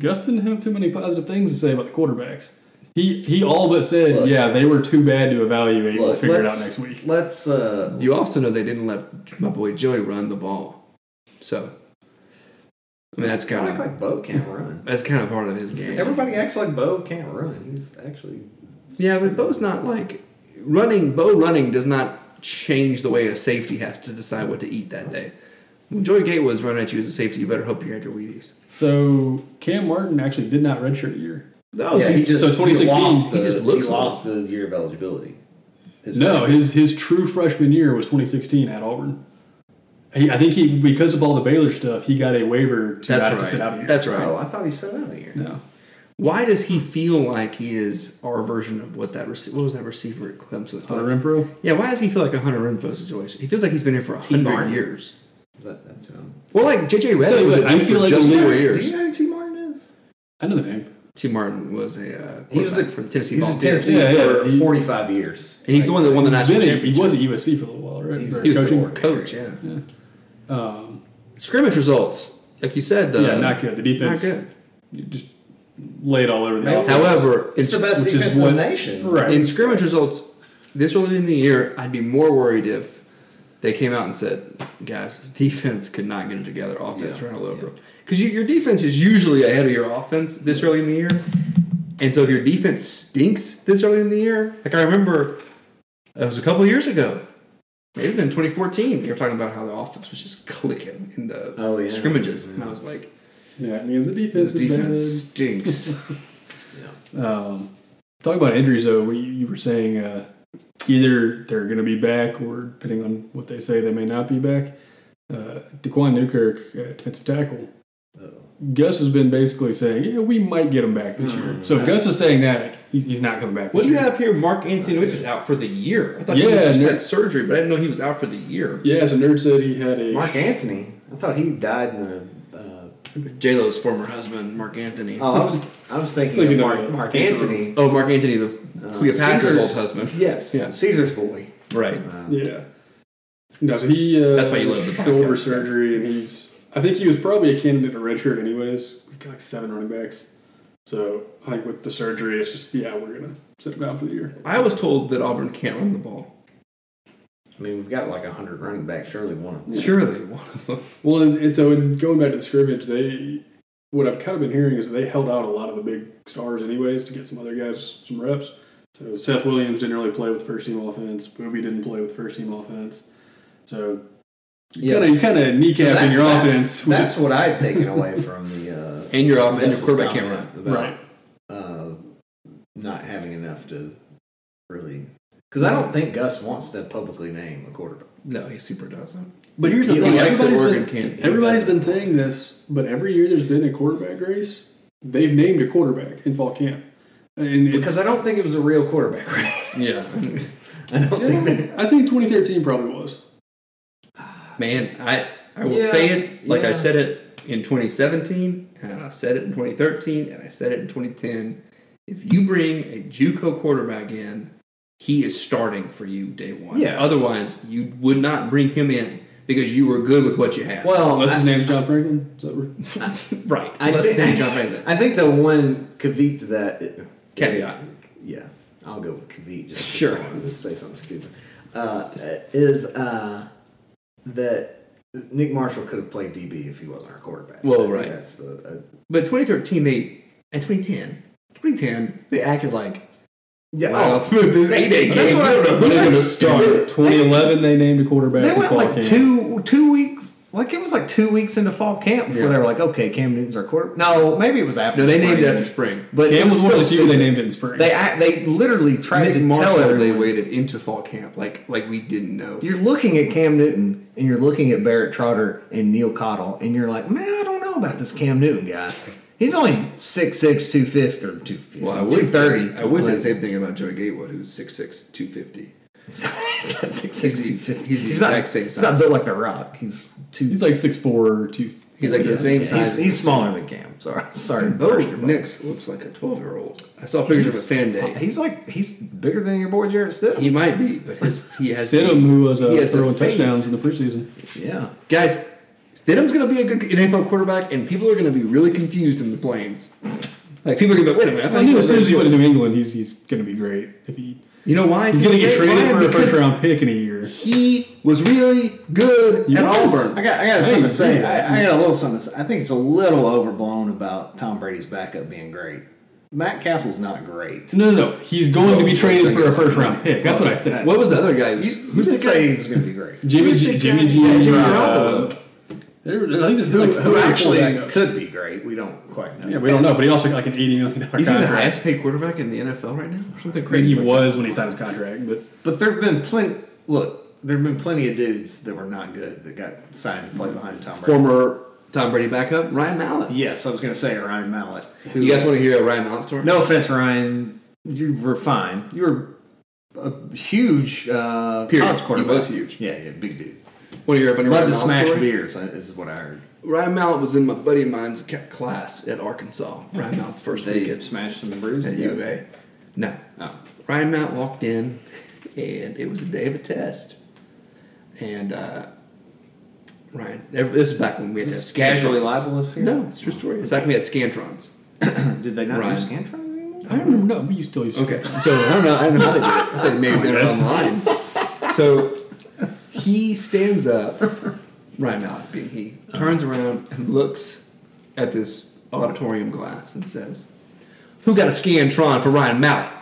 S10: Gus didn't have too many positive things to say about the quarterbacks. He he all but said,
S7: Look.
S10: yeah, they were too bad to evaluate. we'll
S7: Look,
S10: figure it out
S7: let's-
S10: next week.
S7: Let's uh,
S5: you also know they didn't let my boy Joey run the ball. So, I mean, that's
S7: I
S5: kind
S7: act
S5: of
S7: like Bo can't run.
S5: that's kind of part of his game.
S7: Everybody acts like Bo can't run. He's actually
S5: Yeah, but Bo's not like running. Bo running does not change the way a safety has to decide what to eat that day. When Joey Gatewood's running at you as a safety, you better hope you had your Wheaties.
S10: So Cam Martin actually did not redshirt a year.
S5: No,
S7: Yeah,
S5: so
S7: he
S5: he's-
S7: just
S10: so 2016,
S7: lost
S5: he
S7: the-
S5: just looks
S7: he lost the year of eligibility. His
S10: No,
S7: freshman-
S10: his his true freshman year was 2016 at Auburn. He, I think he because of all the Baylor stuff, he got a waiver to not
S5: that's
S10: have to sit out a
S5: right.
S10: year.
S5: That's right.
S7: Oh, I thought he set out a year.
S10: no.
S5: Why does he feel like he is our version of what that rece- what was that receiver at Clemson?
S10: Hunter Renfro.
S5: Yeah, why does he feel like a Hunter Renfro situation? He feels like he's been here for a hundred
S7: Martin.
S5: years.
S7: That, that's him.
S5: Well, like JJ
S10: Tell
S5: Redick
S10: you
S5: was
S10: what,
S5: a
S10: I
S5: dude
S10: feel
S5: for
S10: like
S5: just
S10: a
S5: four
S10: leader.
S7: Do you
S5: years.
S7: know who T. Martin is?
S10: I know the name.
S5: T. Martin was a uh,
S7: He was
S5: quarterback
S7: at
S5: for the Tennessee
S7: He was at
S5: Volunteers,
S7: Tennessee
S10: Yeah, yeah,
S7: for
S10: he-
S7: 45 years.
S5: and he's the one that won the
S10: Then
S5: national
S10: he,
S5: championship.
S10: he was at USC for a little while, right?
S7: He was-
S10: Or
S5: He was the
S10: coaching?
S5: coach, yeah.
S10: Um,
S5: Scrimmage results, like you said, the,
S10: yeah, not good. The defense
S5: Not good.
S10: You just lay it all over the offense.
S5: However,
S7: It's the
S5: in,
S7: best
S10: which is
S7: defense in the
S10: what-
S7: nation.
S10: right?
S5: in scrimmage results, this early in the year, I'd be more worried if they came out and said, "Guys, defense could not get it together. Offense
S7: Yeah,
S5: ran all over them." Because your defense is usually ahead of your offense this early in the year, and so if your defense stinks this early in the year, like I remember, it was a couple years ago. Maybe in 2014, you were talking about how the offense was just clicking in the
S7: Oh, yeah.
S5: scrimmages, and I was like,
S10: yeah, it means the defense.
S5: This
S10: is
S5: defense
S10: bad.
S5: stinks.
S10: Um, talking about injuries, though, we, you were saying uh, either they're going to be back, or depending on what they say, they may not be back. Uh, DeQuan Newkirk, uh, defensive tackle.
S7: Oh.
S10: Gus has been basically saying, "Yeah, we might get him back this
S7: Hmm.
S10: year." So if Gus is saying that he's, he's not coming back.
S5: what
S10: this
S5: do you
S10: year.
S5: have here? Mark Anthony Which is out for the year. I thought he
S10: Yeah,
S5: was just
S10: and
S5: had
S10: they're-
S5: surgery, but I didn't know he was out for the year.
S10: Yeah, so nerd said he had a
S7: Mark Anthony. I thought he died in the. Uh,
S5: J Lo's former husband, Mark Anthony.
S7: oh, I was I was thinking
S10: Thinking
S7: of
S10: of
S7: Mark,
S10: the-
S7: Mark
S10: the-
S7: Anthony.
S5: oh, Mark Anthony, the Cleopatra's old
S7: Caesar's-
S5: husband.
S7: Yes.
S5: Yeah.
S7: Caesar's boy.
S5: Right.
S10: Yeah. No, so he. Uh,
S5: That's why you love the
S10: shoulder
S5: podcast,
S10: surgery, and he's. I think he was probably a candidate for redshirt, anyways. We got like seven running backs, so I think with the surgery, it's just yeah, we're gonna sit him down for the year.
S5: I was told that Auburn can't run the ball.
S7: I mean, we've got like 100 running backs. Surely one of them.
S5: Surely one of them.
S10: Well, and, and so in going back to the scrimmage, they what I've kind of been hearing is that they held out a lot of the big stars, anyways, to get some other guys some reps. So Seth Williams didn't really play with first team offense. Booby didn't play with first team offense. So
S7: Yeah.
S10: kind of you kind of kneecapping
S7: So that-
S10: your
S7: that's,
S10: offense. with-
S7: That's what I had taken away from the. Uh,
S5: And your off and your
S7: Gus's
S5: quarterback can't run.
S7: comment about,
S10: right.
S7: Uh, not having enough to really. Because I don't think Gus wants to publicly name a quarterback.
S5: No, he super doesn't.
S10: But here's
S5: He
S10: the thing:
S5: likes that
S10: everybody's
S5: Oregon
S10: been,
S5: can't-
S10: everybody's been saying this, but every year there's been a quarterback race. They've named a quarterback in fall camp, and it's-
S7: Because I don't think it was a real quarterback. Right?
S5: Yeah.
S7: I don't think that.
S10: I think 2013 probably was.
S5: Man, I I will
S7: Yeah,
S5: say it like I
S7: yeah.
S5: said it in 2017, and I said it in 2013, and I said it in 2010. If you bring a JUCO quarterback in, he is starting for you day one.
S7: Yeah.
S5: Otherwise, you would not bring him in because you were good with what you had.
S7: Well,
S10: Unless his
S7: Oh, I-
S10: name's John Franklin. Is that right?
S5: right.
S7: I,
S5: Let's
S7: think,
S5: name John Franklin.
S7: I think the one caveat to that
S5: Caveat.
S7: Yeah, I'll go with caveat. Just 'cause
S5: Sure.
S7: I wanted to say something stupid. Uh, is uh, that Nick Marshall could have played DB if he wasn't our quarterback.
S5: Well,
S7: I think
S5: right.
S7: That's the uh,
S5: But 2013, they and 2010, 2010, they acted like
S7: yeah.
S5: wow,
S7: oh,
S5: this eight day game.
S7: That's what I-
S5: I don't know who's gonna start.
S10: 2011, they named a quarterback.
S7: they
S10: in
S7: went
S10: fall
S7: like
S10: camp.
S7: two two weeks. Like it was like two weeks into fall camp before
S5: Yeah.
S7: they were like, okay, Cam Newton's our quarterback. No, maybe it was after.
S5: No, they named
S7: spring.
S5: it after spring.
S7: But
S10: Cam
S7: it
S10: was
S7: was
S10: one of the few
S7: still
S10: they
S7: stupid.
S10: named it in spring.
S7: They act, they literally tried
S5: Nick
S7: to
S5: Marshall,
S7: tell everyone.
S5: they waited into fall camp like like we didn't know.
S7: You're looking at Cam Newton and you're looking at Barrett Trotter and Neil Cottle and you're like, man, I don't know about this Cam Newton guy. He's only 6'6", 250, or 250,
S5: well, I would say,
S7: 230.
S5: I would say the
S7: Like,
S5: same thing about Joey Gatewood, who's 6'6", 250.
S7: He's not
S5: He's
S7: 6'6",
S5: the-
S7: 250.
S5: he's the
S7: not,
S5: exact same
S7: He's not
S5: size.
S7: built like The Rock. He's two.
S10: He's like six four or two.
S5: He's like the same
S7: he's,
S5: size.
S7: he's, smaller than Cam. Sorry, sorry.
S5: oh,
S7: burst your bubble.
S5: Nick's looks like a twelve year old. I saw pictures of a fan day.
S7: He's like he's bigger than your boy Jared Stitt.
S5: He might be, but his he has the-
S10: Stidham, who was uh,
S5: he has the
S10: throwing
S5: face.
S10: touchdowns in the preseason.
S7: yeah.
S5: Guys, Stidham's going to be a good NFL quarterback, and people are going to be really confused in the plains. Like people are going to be like, wait a minute, I
S10: I
S5: thought he
S10: knew as
S5: was
S10: soon as he
S5: really
S10: went to
S5: good."
S10: New England, he's he's going to be great. If he
S5: You know why
S10: he's going to
S5: gonna
S10: get
S5: great?
S10: traded for
S5: Why?
S10: a first
S5: Because
S10: round pick in a year.
S5: He was really good
S10: He
S5: at
S10: was.
S5: Auburn.
S7: I got, I got
S10: I
S7: something to
S10: agree
S7: say.
S10: with that.
S7: I, I got a little something to say. I think it's a little overblown about Tom Brady's backup being great. Matt Castle's not great.
S10: No, no, no. He's going to be traded for a first round pick. That's what I said.
S5: What was the other guy? Who's,
S7: You, you
S5: who's
S7: did
S5: the guy?
S7: say he was going to be great.
S10: Jimmy
S5: who's
S10: G,
S5: the
S10: Jimmy
S5: guy-
S10: G,
S5: yeah, Jimmy
S10: uh,
S5: Garoppolo.
S10: there, I think there's
S7: Who,
S10: like
S7: who
S10: three or four
S7: actually
S10: backups.
S7: could be great? We don't quite know.
S10: Yeah, we don't know, but he also got like an eighty million dollar
S5: He's he the
S10: contract.
S5: highest paid quarterback in the NFL right now? Something
S10: I mean,
S5: crazy.
S10: he was when he signed his contract, but
S7: But there have been plenty. Look, there have been plenty of dudes that were not good that got signed to play behind Tom Brady.
S5: Former Tom Brady backup, Ryan Mallett.
S7: Yes, I was going to say Ryan Mallett. who-
S5: You guys want to hear a Ryan Mallett story?
S7: No offense, Ryan. You were fine. You were a huge uh,
S5: Period.
S7: college
S5: He
S7: quarterback.
S5: was huge.
S7: Yeah, yeah, big dude.
S5: Want to hear a funny
S7: Love
S5: Ryan
S7: to
S5: Mallett
S7: smash
S5: story?
S7: beers. I- This is what I heard.
S5: Ryan Mallett was in my buddy of mine's ca- class at Arkansas. Ryan Mallett's first
S7: They
S5: weekend
S7: smashed some brews.
S5: at U of A. No,
S7: Oh.
S5: Ryan Mount walked in, and it was the day of a test. And uh, Ryan, this is back when we had
S7: Is
S5: to
S7: this
S5: have
S7: casually
S5: Scantrons.
S7: libelous here?
S5: No, it's a true story. It's back when we had scantrons.
S7: Did they not
S5: Ryan.
S7: do Scantron anymore?
S10: I don't know. But you still used
S5: Okay, so I don't know. I don't know how they did it. I think maybe they're online. So he stands up, Ryan Mallett being he, turns around and looks at this auditorium glass and says, "Who got a scantron for Ryan Mallett?"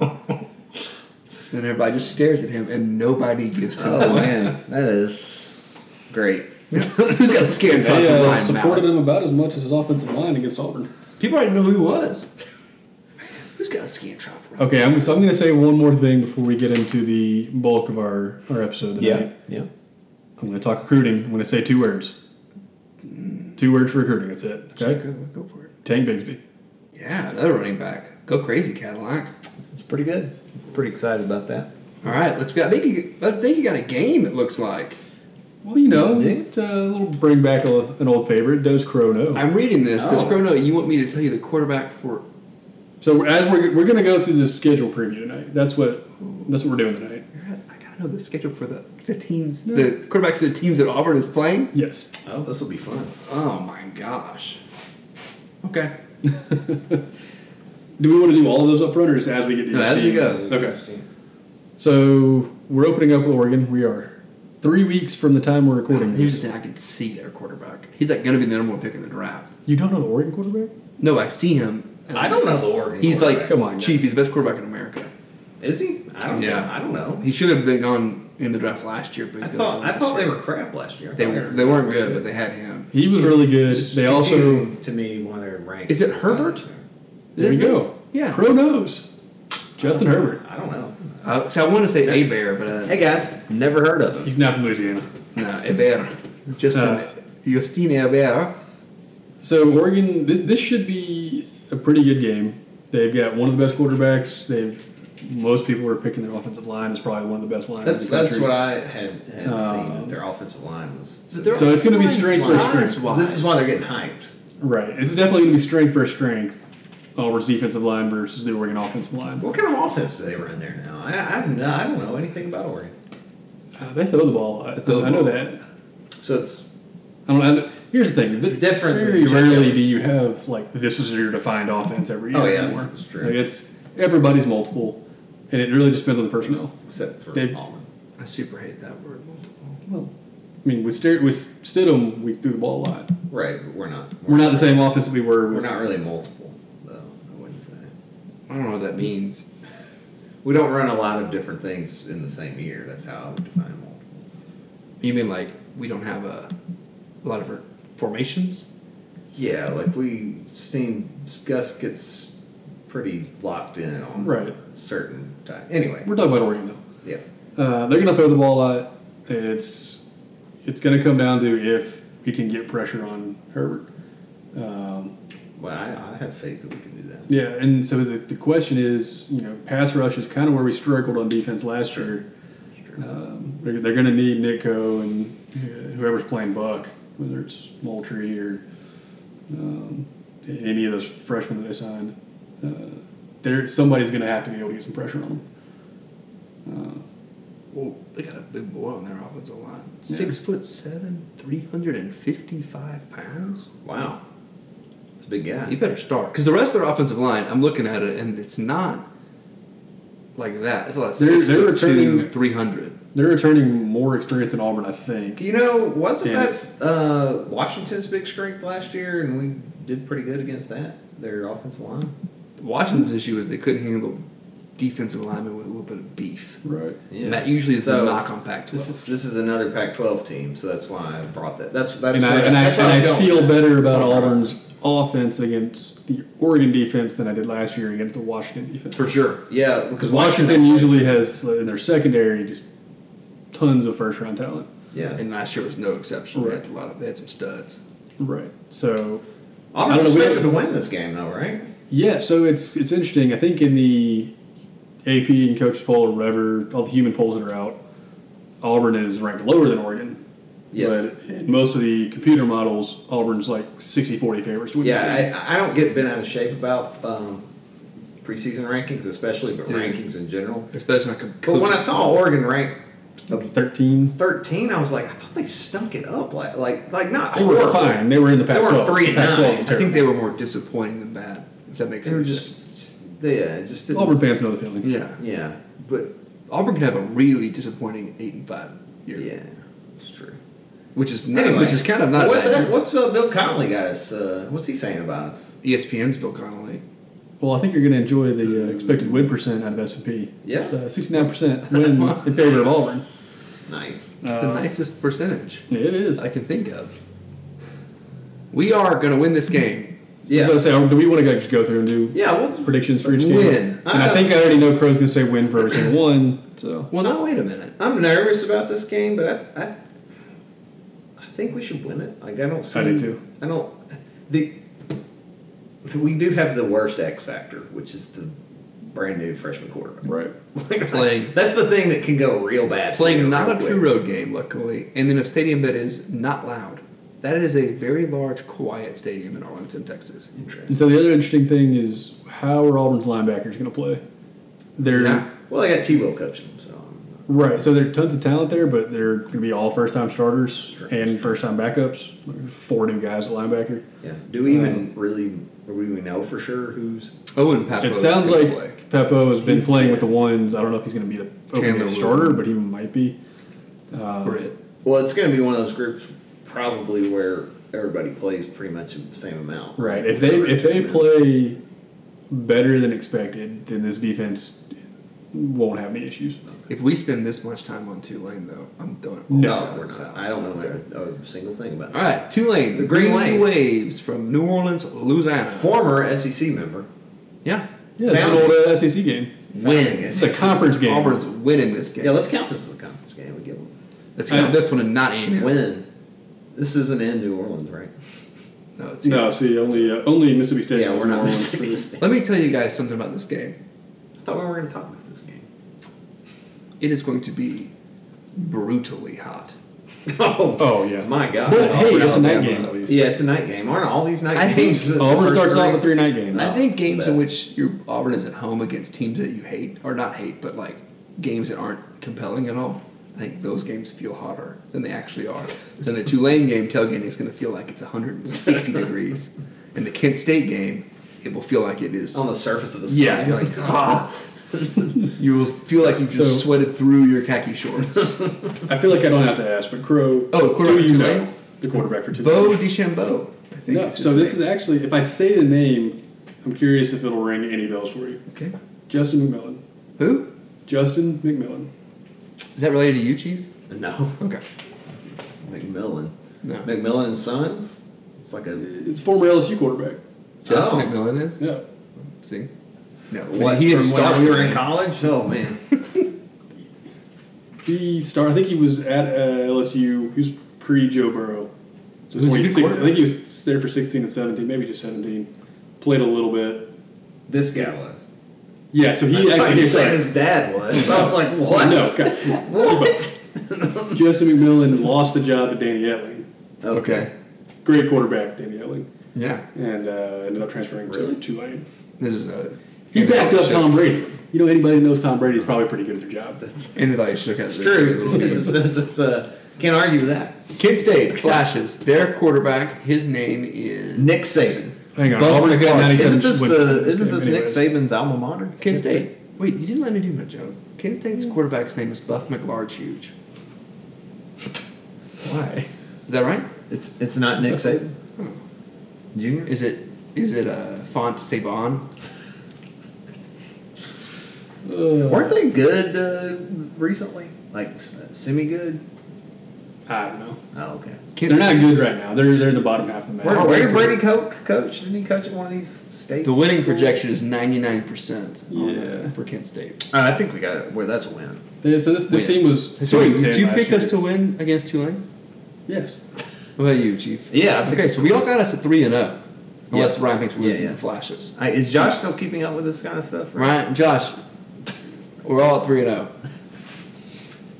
S5: And everybody just stares at him, and nobody gives him
S7: Oh
S5: one.
S7: man, that is great.
S5: Who's got a
S10: They
S5: scantron for
S10: uh,
S5: Ryan Mallett?
S10: supported him about as much as his offensive line against Auburn.
S5: People already know who he was. Who's got a scantron for? Ryan?
S10: Okay, I'm, so I'm going to say one more thing before we get into the bulk of our, our episode tonight.
S7: yeah.
S10: I'm going to talk recruiting. I'm going to say two words. Two words for recruiting. That's it. Okay.
S5: Go, go for it.
S10: Tank Bigsby.
S5: Yeah, another running back. Go crazy, Cadillac.
S7: It's pretty good. Pretty excited about that.
S5: All right, let's go. I think you, I think you got a game. It looks like
S10: Well, you know,
S7: Yeah.
S10: it, uh, it'll bring back a, an old favorite. Does Crow know?
S5: I'm reading this. Does
S7: Oh.
S5: Crow know you want me to tell you the quarterback for?
S10: so as we're we're going to go through the schedule preview tonight. That's what that's what we're doing tonight.
S5: I gotta know the schedule for the the teams. The quarterback for the teams that Auburn is playing.
S10: Yes.
S7: Oh, this will be fun.
S5: Oh my gosh. Okay.
S10: Do we want to do all of those up front, or just as we get to
S5: No,
S10: each
S5: as we
S10: team?
S5: go.
S10: Okay. So we're opening up Oregon. We are three weeks from the time we're recording
S5: Here's
S10: this.
S5: the thing. I can see their quarterback. He's like gonna be the number one pick in the draft.
S10: You don't know the Oregon quarterback?
S5: No, I see him. and
S7: I don't know the Oregon.
S5: He's like,
S10: Come on,
S5: Chief.
S10: guys.
S5: He's the best quarterback in America.
S7: is he? I don't.
S5: Yeah.
S7: know. I don't know.
S5: He should have been gone in the draft last year. But
S7: I
S5: he's gonna go
S7: thought I
S5: this
S7: thought they
S5: year.
S7: were crap last year. I
S5: They,
S7: thought
S5: they weren't good, but they had him.
S10: He was really good. They also
S7: Confusing to me one of their ranked.
S5: Is it Herbert?
S10: there you go.
S5: Yeah.
S10: Crow knows. Justin Herbert.
S7: I don't know.
S5: Uh, so I want to say A Bear, but uh,
S7: Hey guys, never heard of him.
S10: He's not from Louisiana.
S5: no, A Bear. Just
S10: Uh.
S5: Justine A Bear.
S10: So Oregon, this this should be a pretty good game. They've got one of the best quarterbacks. They've most people are picking their offensive line is probably one of the best lines.
S7: That's
S10: in the
S7: that's
S10: country.
S7: what I had had seen.
S10: Um,
S7: That their offensive line was.
S10: So it's gonna be strength
S7: versus
S10: strength.
S7: this is why they're getting hyped.
S10: Right. It's definitely going to be strength versus strength. Auburn's defensive line versus the Oregon offensive line.
S7: What kind of offense do they run there now? I, I, no, I don't know anything about Oregon.
S10: Uh, they throw the ball a lot.
S5: throw the
S10: I know
S5: ball.
S10: that.
S7: So it's
S10: I don't, I don't- here's the thing. It's
S7: different than
S10: Very
S7: Jim
S10: rarely
S7: Kelly.
S10: do you have like this is your defined offense every year
S7: Oh, yeah,
S10: anymore.
S7: it's- it's true.
S10: Like, it's everybody's multiple, and it really just depends on the personnel.
S7: except for
S10: They've-
S7: Auburn.
S5: I super hate that word. multiple.
S10: I mean, with, Ster- with Stidham, we threw the ball a lot.
S7: Right, but we're not.
S10: We're not the same offense that we were.
S7: We're
S10: With,
S7: not really multiple, though. I wouldn't say
S5: I don't know what that means.
S7: we don't run a lot of different things in the same year. That's how I would define multiple.
S5: You mean like we don't have a, a lot of our formations?
S7: Yeah, like we seen Gus gets pretty locked in on
S10: Right.
S7: certain time. Anyway,
S10: We're talking about Oregon though.
S7: yeah,
S10: Uh, they're going to throw the ball a lot. It's it's going to come down to if we can get pressure on Herbert. Um,
S7: well, I, I have faith that we can do that.
S10: yeah, and so the, the question is, you know, pass rush is kind of where we struggled on defense last year. Um, they're they're going to need Nitko and uh, whoever's playing Buck, whether it's Moultrie or um, any of those freshmen that they signed. Uh, there somebody's going to have to be able to get some pressure on them.
S5: Well, they got a big boy on their offensive line. Six foot seven, three hundred and fifty-five pounds.
S7: Wow, it's a big guy.
S5: You better start because the rest of their offensive line. I'm looking at it and it's not like that. It's like
S10: They're-
S5: six
S10: they're
S5: foot two,
S10: returning-
S5: three hundred.
S10: They're returning more experience than Auburn, I think.
S7: You know, wasn't
S10: Yeah.
S7: that uh, Washington's big strength last year, and we did pretty good against that. Their offensive line,
S5: Washington's issue is they couldn't handle defensive linemen with a little bit of beef.
S10: Right.
S7: yeah.
S5: And that usually is
S7: So,
S5: the knock on Pac-12.
S7: This, this is another Pac-12 team, so that's why I brought that. That's that's
S10: and I,
S7: where-
S10: and I,
S7: that's where
S10: and I
S7: was going.
S10: feel better
S7: That's
S10: about
S7: why I brought
S10: Auburn's offense against the Oregon defense than I did last year against the Washington defense.
S5: For sure.
S7: it. Yeah, because
S10: Because Washington usually has, uh, in their secondary, just tons of first round talent.
S7: Yeah,
S5: And last year was no exception. They had
S10: Right.
S5: a lot of they had some studs.
S10: Right. So,
S7: Auburn
S10: I don't know, we
S7: expected to
S10: haven't-
S7: win this game though, right?
S10: yeah, so it's it's interesting. I think in the AP and coaches poll or whatever, all the human polls that are out, Auburn is ranked lower than Oregon.
S7: Yes.
S10: But in most of the computer models, Auburn's like 60 40 favorites to win this game.
S7: Yeah, I, I don't get bent out of shape about um, preseason rankings, especially, but
S5: Dude.
S7: rankings in general.
S5: Especially like a coach.
S7: But when I saw Oregon ranked
S10: 13.
S7: 13, I was like, I thought they stunk it up, like like like not
S10: They were
S7: horrible.
S10: fine. They were in the Pac
S7: They were
S10: 12.
S7: three and nine.
S5: I think they were more disappointing than bad, if that makes
S7: They were
S5: any
S7: just,
S5: sense.
S7: just- they, yeah, it just didn't.
S10: Auburn fans know the feeling.
S5: Yeah.
S7: Yeah, but
S5: Auburn could have a really disappointing eight and five year.
S7: yeah, it's true.
S5: Which is not,
S7: Anyway,
S5: which is kind of not
S7: What's
S5: bad.
S7: that, what's Bill, Bill Connolly got us? Uh, what's he saying about us?
S5: ESPN's Bill Connolly.
S10: Well, I think you're going to enjoy the uh, expected win percent out of S&P.
S7: Yeah.
S10: It's, uh, 69% win in favor of Auburn.
S7: Nice.
S5: It's the nicest percentage
S10: It is.
S5: I
S10: I
S5: can think of. We are gonna win this game.
S10: was going
S7: Yeah.
S10: to say, oh, do we want to go, just go through and do
S7: Yeah. What's
S10: predictions for each game?
S5: Win.
S10: And I,
S7: I-
S10: think I already know Crow's going to say win for every single one. So
S5: Well now wait a minute.
S7: I'm nervous about this game, but I, I, I think we should win it. Like I don't see.
S10: I do too.
S7: I don't. The we do have the worst X factor, which is the brand new freshman quarterback.
S10: Right.
S7: Like,
S5: Playing-
S7: that's the thing that can go real bad. for you
S5: Playing not
S7: real
S5: a
S7: quick.
S5: true road game, luckily, and in a stadium that is not loud. That is a very large, quiet stadium in Arlington, Texas.
S10: And so the other interesting thing is how are Auburn's linebackers going to play? They're
S5: Yeah.
S7: Well, I got Tebow coaching, so um, I'm not-
S10: Right. So there are tons of talent there, but they're going to be all first time starters
S7: Sure.
S10: and first time backups. Four new guys at linebacker.
S7: yeah. Do we even really? Do we even know for sure who's?
S5: Owen Papo.
S10: It
S5: is
S10: sounds
S5: gonna
S10: like
S5: play.
S10: Pepo has been
S7: He's-
S10: playing with the ones. I don't know if he's going to be the opening
S5: Chandler
S10: starter,
S5: Wood.
S10: but he might be. uh,
S5: Britt.
S7: Well, it's going to be one of those groups probably where everybody plays pretty much the same amount.
S10: Right. If they if they play better than expected, then this defense won't have any issues.
S5: If we spend this much time on Tulane, though, I'm done.
S10: No,
S7: we're not. I don't know a, a single thing about.
S5: All right, Tulane, the Green,
S7: Green Wave.
S5: Waves from New Orleans, Louisiana.
S7: Former SEC member.
S5: Yeah,
S10: Yeah, it's an
S7: Found-
S10: old uh, SEC game.
S5: win.
S10: It's a conference game.
S5: Auburn's winning this game.
S7: Yeah, let's count this as a conference game. We give them
S5: Let's count
S10: I-
S5: this one and not A&M.
S7: win. This isn't in New Orleans, right?
S5: No, it's
S10: No, see, only uh, only Mississippi State.
S7: Yeah,
S10: has
S7: we're not
S10: New Orleans.
S7: Mississippi State.
S5: Let me tell you guys something about this game.
S7: I thought we were going to talk about this game.
S5: It is going to be brutally hot.
S7: Oh,
S10: Oh, yeah.
S7: my God.
S10: But
S7: Oh,
S10: hey,
S5: but
S10: it's a night
S5: Alabama.
S10: game at least.
S7: yeah, it's a night game. Aren't all these night
S5: I think-
S7: games? the
S10: Auburn
S7: first
S10: starts
S7: three?
S10: off with three night games.
S5: I think games in
S7: best.
S5: which your Auburn is at home against teams that you hate, or not hate, but like games that aren't compelling at all. I think those games feel hotter than they actually are. So in the Tulane game, tailgating is going to feel like it's 160 degrees. In the Kent State game, it will feel like it is.
S7: on the surface of the sun.
S5: yeah, you're like ah. you will feel like you've just
S10: So-
S5: sweated through your khaki shorts.
S10: I feel like I don't have to ask, but Crow.
S5: Oh, the quarterback
S10: do you
S5: for
S10: know
S5: Tulane?
S10: the quarterback for two?
S5: Bo DeChambeau. I think
S10: No,
S5: is his
S10: so this is
S5: name.
S10: actually, if I say the name, I'm curious if it'll ring any bells for you.
S5: okay.
S10: Justin McMillan.
S5: Who
S10: Justin McMillan.
S5: is that related to you, Chief?
S7: No,
S5: Okay.
S7: McMillan.
S5: No.
S7: McMillan and Sons. It's like a
S10: It's former LSU quarterback.
S5: Justin
S7: Oh.
S5: McMillan is.
S10: Yeah.
S5: See? No.
S7: what? He didn't start. We were in college. Oh man.
S10: He started, I think he was at uh, LSU. He was pre Joe Burrow. So
S5: Who's a good
S10: 2016 I
S5: quarterback?
S10: think he was there for 16 and 17, maybe just 17. Played a little bit.
S7: This guy was.
S10: Yeah, so
S7: I
S10: he
S7: thought
S10: actually.
S7: you were
S10: here's-
S7: saying his dad was. I was like, what?
S10: No, guys.
S7: What?
S10: Justin McMillan lost the job to Danny Etling.
S5: Okay.
S10: Great quarterback, Danny Etling.
S5: Yeah.
S10: And uh, ended up transferring to Tulane.
S5: This is a.
S10: He backed up
S5: shook,
S10: Tom Brady. You know, anybody that knows Tom Brady is probably pretty good at their job.
S5: Ended I shook at
S7: It's
S5: the
S7: true.
S5: little
S7: This is-
S5: bit.
S7: this, uh, can't argue with that.
S5: Kid State flashes. Their quarterback, his name is.
S7: Nick Saban.
S10: Hang on,
S7: Both
S10: Auburn's got
S7: regards.
S10: 97
S7: Isn't this
S10: wins
S7: the
S10: in the
S7: isn't
S10: same
S7: this Nick
S10: anyways.
S7: Saban's alma mater?
S5: Kent State. Wait, you didn't let me do my joke. Kent State's quarterback's name is Buff McLarge Huge.
S10: Why?
S5: Is that right?
S7: It's it's not Nick Saban. Junior.
S5: Is it. Is it a font Saban?
S7: Weren't they good uh, recently? Like semi good?
S10: I don't know.
S7: Oh okay.
S10: They're not
S5: Kent State.
S10: good right now. They're they're in the bottom half of the
S7: Oh,
S10: map.
S7: where did Brady co- coach? Didn't he coach at one of these states?
S5: The winning projection is 99% on,
S10: Yeah.
S5: uh, for Kent State.
S7: Uh, I think we got it. Well, that's a win.
S10: They- so this, this
S5: Win.
S10: team was.
S5: So, wait,
S10: 2 and
S5: did
S10: 10
S5: you
S10: last
S5: pick
S10: year.
S5: us to win against Tulane?
S10: Yes.
S5: What about you, Chief?
S7: Yeah, I picked
S5: Okay,
S7: us
S5: so
S7: to
S5: we all
S7: win.
S5: got us a three and up. Unless Ryan thinks we're
S7: Yeah,
S5: losing
S7: yeah.
S5: the flashes.
S7: I, is Josh still keeping up with this kind of stuff?
S5: Ryan, Josh, we're all at three and oh. zero.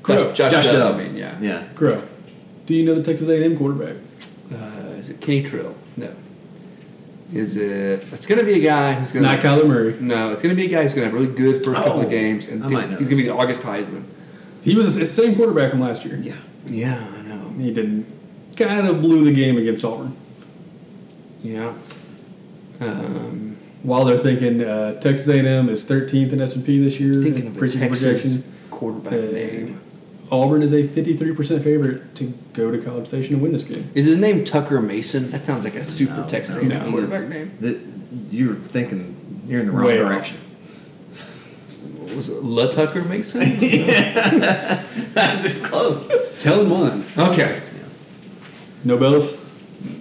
S10: Crow.
S5: Josh, Josh,
S7: Josh
S5: Dove,
S7: Dove.
S5: I mean, yeah.
S7: Yeah.
S10: Crow. Do you know the Texas A&M quarterback?
S5: Uh, is it Kenny Trill? No. Is it? It's gonna be a guy who's gonna
S10: Not Kyler Murray.
S5: No, it's gonna be a guy who's gonna have really good first couple
S7: Oh,
S5: of games, and
S7: I
S5: thinks
S7: might know
S5: he's gonna be the August Heisman.
S10: He was the same quarterback from last year.
S7: Yeah.
S5: Yeah, I know.
S10: He didn't. Kind of blew the game against Auburn.
S5: Yeah. Um,
S10: While they're thinking uh, Texas A&M is 13th in S&P this year.
S5: thinking
S10: in
S5: of a
S10: preseason
S5: Texas
S10: projection.
S5: quarterback
S10: Uh,
S5: name.
S10: Auburn is a 53% favorite to go to College Station and win this game.
S5: Is his name Tucker Mason? That sounds like a super
S7: No,
S5: Texas
S7: no,
S5: A&M
S7: he is-
S5: quarterback name.
S7: that- you're thinking you're in the wrong
S10: Way off.
S7: direction.
S5: Was it La Tucker Mason?
S7: That's close.
S10: Tell him one.
S5: okay.
S10: No bells?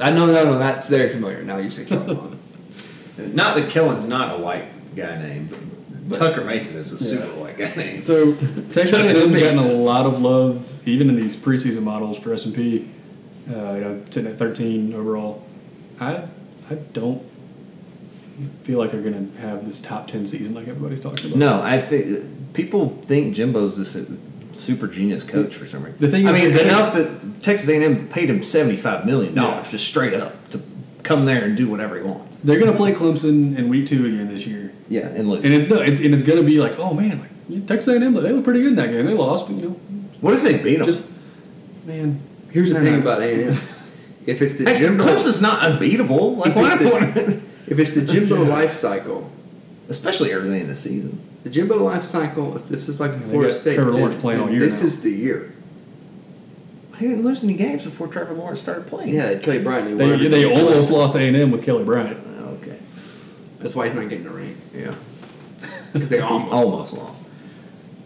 S5: I know, no, no, that's very familiar. Now you say Kellen
S7: Not that Kellen's not a white guy name, but, Tucker Mason is a super white guy name.
S10: So Texas
S7: Tucker
S10: A&M's gotten a
S7: Mason.
S10: lot of love, even in these preseason models for S and P. Uh, you know, sitting at 13 overall. I I don't feel like they're going to have this top 10 season like everybody's talking about.
S7: No, I think people think Jimbo's this uh, super genius coach for some reason.
S10: The thing
S7: I
S10: is-
S7: mean, enough that Texas A&M paid him seventy five million dollars
S10: Yeah.
S7: just straight up to come there and do whatever he wants.
S10: they're going to play Clemson in week two again this year,
S7: Yeah, and look,
S10: and it, no, it's and it's going to be like, oh man, like you know, Texas A&M, they look pretty good in that game. They lost, but you
S7: what if they beat him?
S10: know, just man.
S5: Here's the
S10: They're
S5: thing
S10: not-
S5: about A&M. If it's the
S7: hey,
S5: Jimbo,
S7: Clemson's not unbeatable. Like,
S5: If
S7: why
S5: it's
S7: not?
S5: if it's the Jimbo life cycle,
S7: Especially early in the season.
S5: the Jimbo life cycle. If this is like the
S10: they
S5: Florida
S10: got
S5: State,
S10: Trevor
S5: then-
S10: Lawrence playing
S5: then
S10: all year
S5: This
S10: now.
S5: is the year.
S7: He didn't lose any games before Trevor Lawrence started playing.
S5: Yeah, they play Bryant. and
S10: They,
S5: won.
S10: they almost lost to A&M with Kelly Bryant.
S7: Okay.
S5: That's why he's not getting a ring
S7: Yeah.
S5: because they almost.
S7: Almost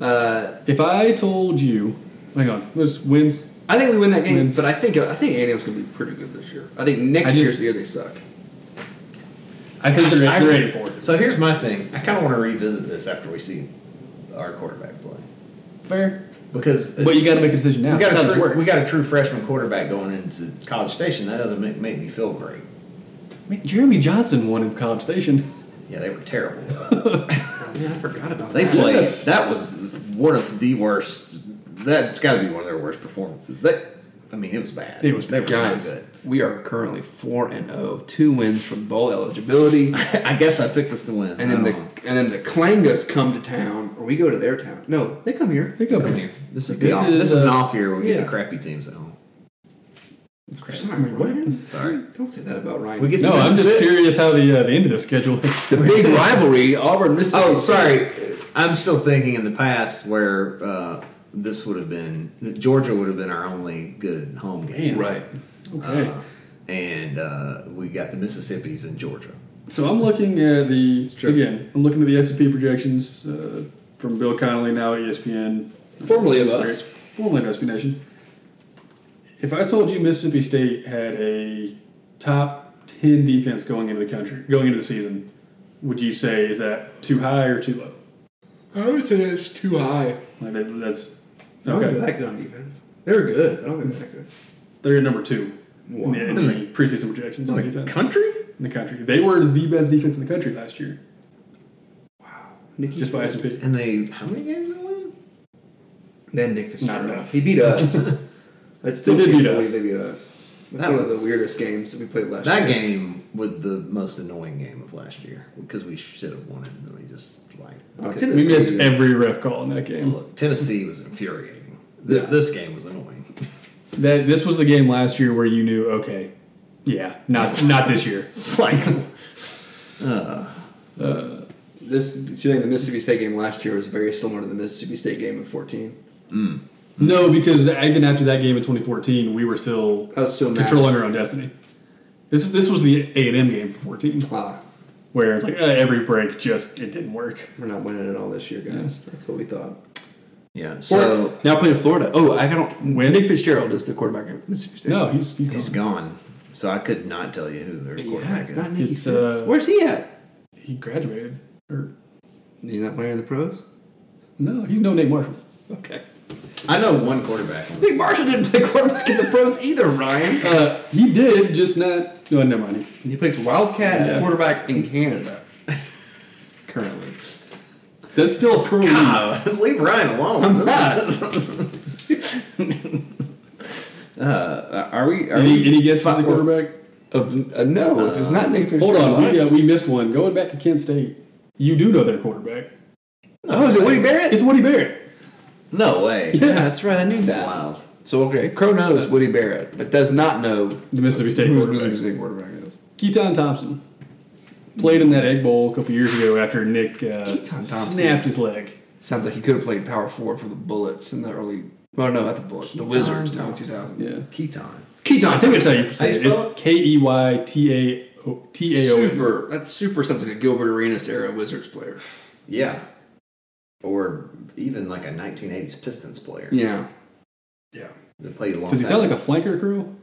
S7: lost.
S10: If I told you, hang on, this wins
S5: I think we win that game,
S10: Wins.
S5: but I think I think A&M's going to be pretty good this year. I think next
S10: I just-
S5: year's the year they suck.
S10: I think
S7: Gosh,
S10: they're,
S7: I-
S10: they're ready for it.
S7: So here's my thing. I kind of want to revisit this after we see our quarterback play
S10: Fair.
S7: because uh,
S10: But you got to make a decision now.
S7: we
S10: That's
S7: got,
S10: how
S7: a
S10: this
S7: true,
S10: works.
S7: we got a true freshman quarterback going into College Station. That doesn't make, make me feel great.
S10: Man, Jeremy Johnson won in College Station.
S7: Yeah, they were terrible. though.
S5: Oh, man, I forgot about
S7: they
S5: that.
S7: played.
S10: Yes.
S7: That was one of the worst. That's got to be one of their worst performances. That I mean, it was bad.
S10: It was
S7: They were
S10: bad.
S7: not
S5: Guys,
S7: good.
S5: we are currently four and zero, two wins from bowl eligibility,
S7: I guess I picked us to win.
S5: and then the and then the Clangas come to town, or we go to their town. No, they come here.
S10: They go back.
S7: this is
S10: This
S7: this,
S10: is,
S7: this is an
S10: uh,
S7: off year. where We get
S5: yeah.
S7: the crappy teams at home.
S5: Sorry, Ryan.
S7: Sorry.
S5: Don't say that about Ryan.
S7: We get
S10: No, I'm just
S7: Mississippi-
S10: curious how the uh, the end of the schedule is.
S5: the big rivalry, Auburn, Mississippi.
S7: Oh, sorry. I'm still thinking in the past where uh, this would have been Georgia would have been our only good home game,
S5: Right.
S10: Okay.
S7: and uh, we got the Mississippi's in Georgia.
S10: So I'm looking at the
S5: true.
S10: again. I'm looking at the S&P projections uh, from Bill Connolly now E at ESPN.
S5: Formerly of us.
S10: Formerly of SB Nation. If I told you Mississippi State had a top ten defense going into the country, going into the season, would you say is that too high or too low?
S5: I would say that's too high.
S10: Like that, that's
S5: I don't think
S10: okay.
S5: they're that good on defense. They were good. I don't think they're that good.
S10: They're at number two in the, in
S7: In
S10: the
S7: the-
S10: preseason projections on defense
S7: Country?
S10: in the country. They were the best defense in the country last year,
S5: Nikki
S10: just by
S5: Fitz.
S10: S&P.
S7: And they how many games did they win?
S5: Then Nick
S10: Not
S5: Fitzgerald.
S10: enough.
S5: He beat us. I still
S10: They did
S5: can't
S10: beat
S5: believe
S10: us.
S5: they beat us. That's
S7: That
S5: one of
S7: was-
S5: the weirdest games that we played last
S7: That
S5: year.
S7: game was the most annoying game of last year because we should have won it, and then we just like
S5: Oh,
S7: okay.
S10: We
S5: Tennessee
S10: missed
S5: did.
S10: every ref call in that game.
S7: look. Tennessee was infuriating. Th-
S5: Yeah.
S7: This game was annoying.
S10: That this was the game last year where you knew, okay, yeah, not not this year.
S7: It's like
S5: This, do you think the Mississippi State game last year was very similar to the Mississippi State game in 14?
S10: No, because even after that game in 2014, we were still
S5: I was still mad.
S10: controlling our own destiny. This is this was the A and M game for 14,
S5: Ah,
S10: where it's like uh, every break just it didn't work.
S5: we're not winning it all this year, guys. That's what we thought.
S7: yeah. So
S5: Or- now playing Florida. Oh, I don't.
S10: Wins?
S5: Nick Fitzgerald is the quarterback of Mississippi State.
S10: No, he's he's,
S7: he's
S10: gone.
S7: gone. So I could not tell you who their
S5: Yeah,
S7: quarterback
S5: it's not
S7: is.
S5: Nicky
S10: It's,
S5: Fitz.
S10: uh,
S5: Where's he at?
S10: He graduated, or
S5: He's not playing in the pros?
S10: no, he's no Nate Marshall.
S5: Okay.
S7: I know one quarterback.
S5: Nick Marshall didn't play quarterback in the pros either, Ryan.
S10: Uh, he did, just not. No, never mind.
S5: He plays Wildcat
S10: Yeah.
S5: quarterback in Canada currently.
S10: That's still pro league.
S7: Uh, leave Ryan alone. This is- uh, are we? Are
S10: Any,
S7: we?
S10: any guess on the quarterback?
S5: Of uh, no, if it's not Nick
S10: Hold
S5: Fitzgerald.
S10: on,
S5: I-
S10: we, uh, we missed one. Going back to Kent State, you do know their quarterback.
S5: oh, is it Woody Barrett?
S10: It's Woody Barrett.
S7: No way.
S5: yeah, that's right. I knew
S7: That's
S5: that.
S7: wild.
S5: So okay, Crow knows Woody Barrett, but does not know
S10: The Mississippi State
S5: who
S10: quarterback.
S5: Mississippi State quarterback is.
S10: Keaton Thompson played in that Egg Bowl a couple years ago after Nick uh,
S5: Keaton Thompson.
S10: snapped his leg.
S5: Sounds like he could have played power forward for the Bullets in the early. Well, no, at the Bullets, the Wizards now in 2000.
S10: Yeah,
S7: Keaton.
S5: Keaton,
S10: I think that's how you say it.
S7: How you spell
S10: It's K E Y T A O T A O.
S5: super. That's super. Sounds like a Gilbert Arenas era Wizards player.
S7: Yeah. Or even like a 1980s Pistons player.
S5: Yeah. Yeah.
S7: They played a long
S10: Does he
S7: time.
S10: sound like a flanker crew?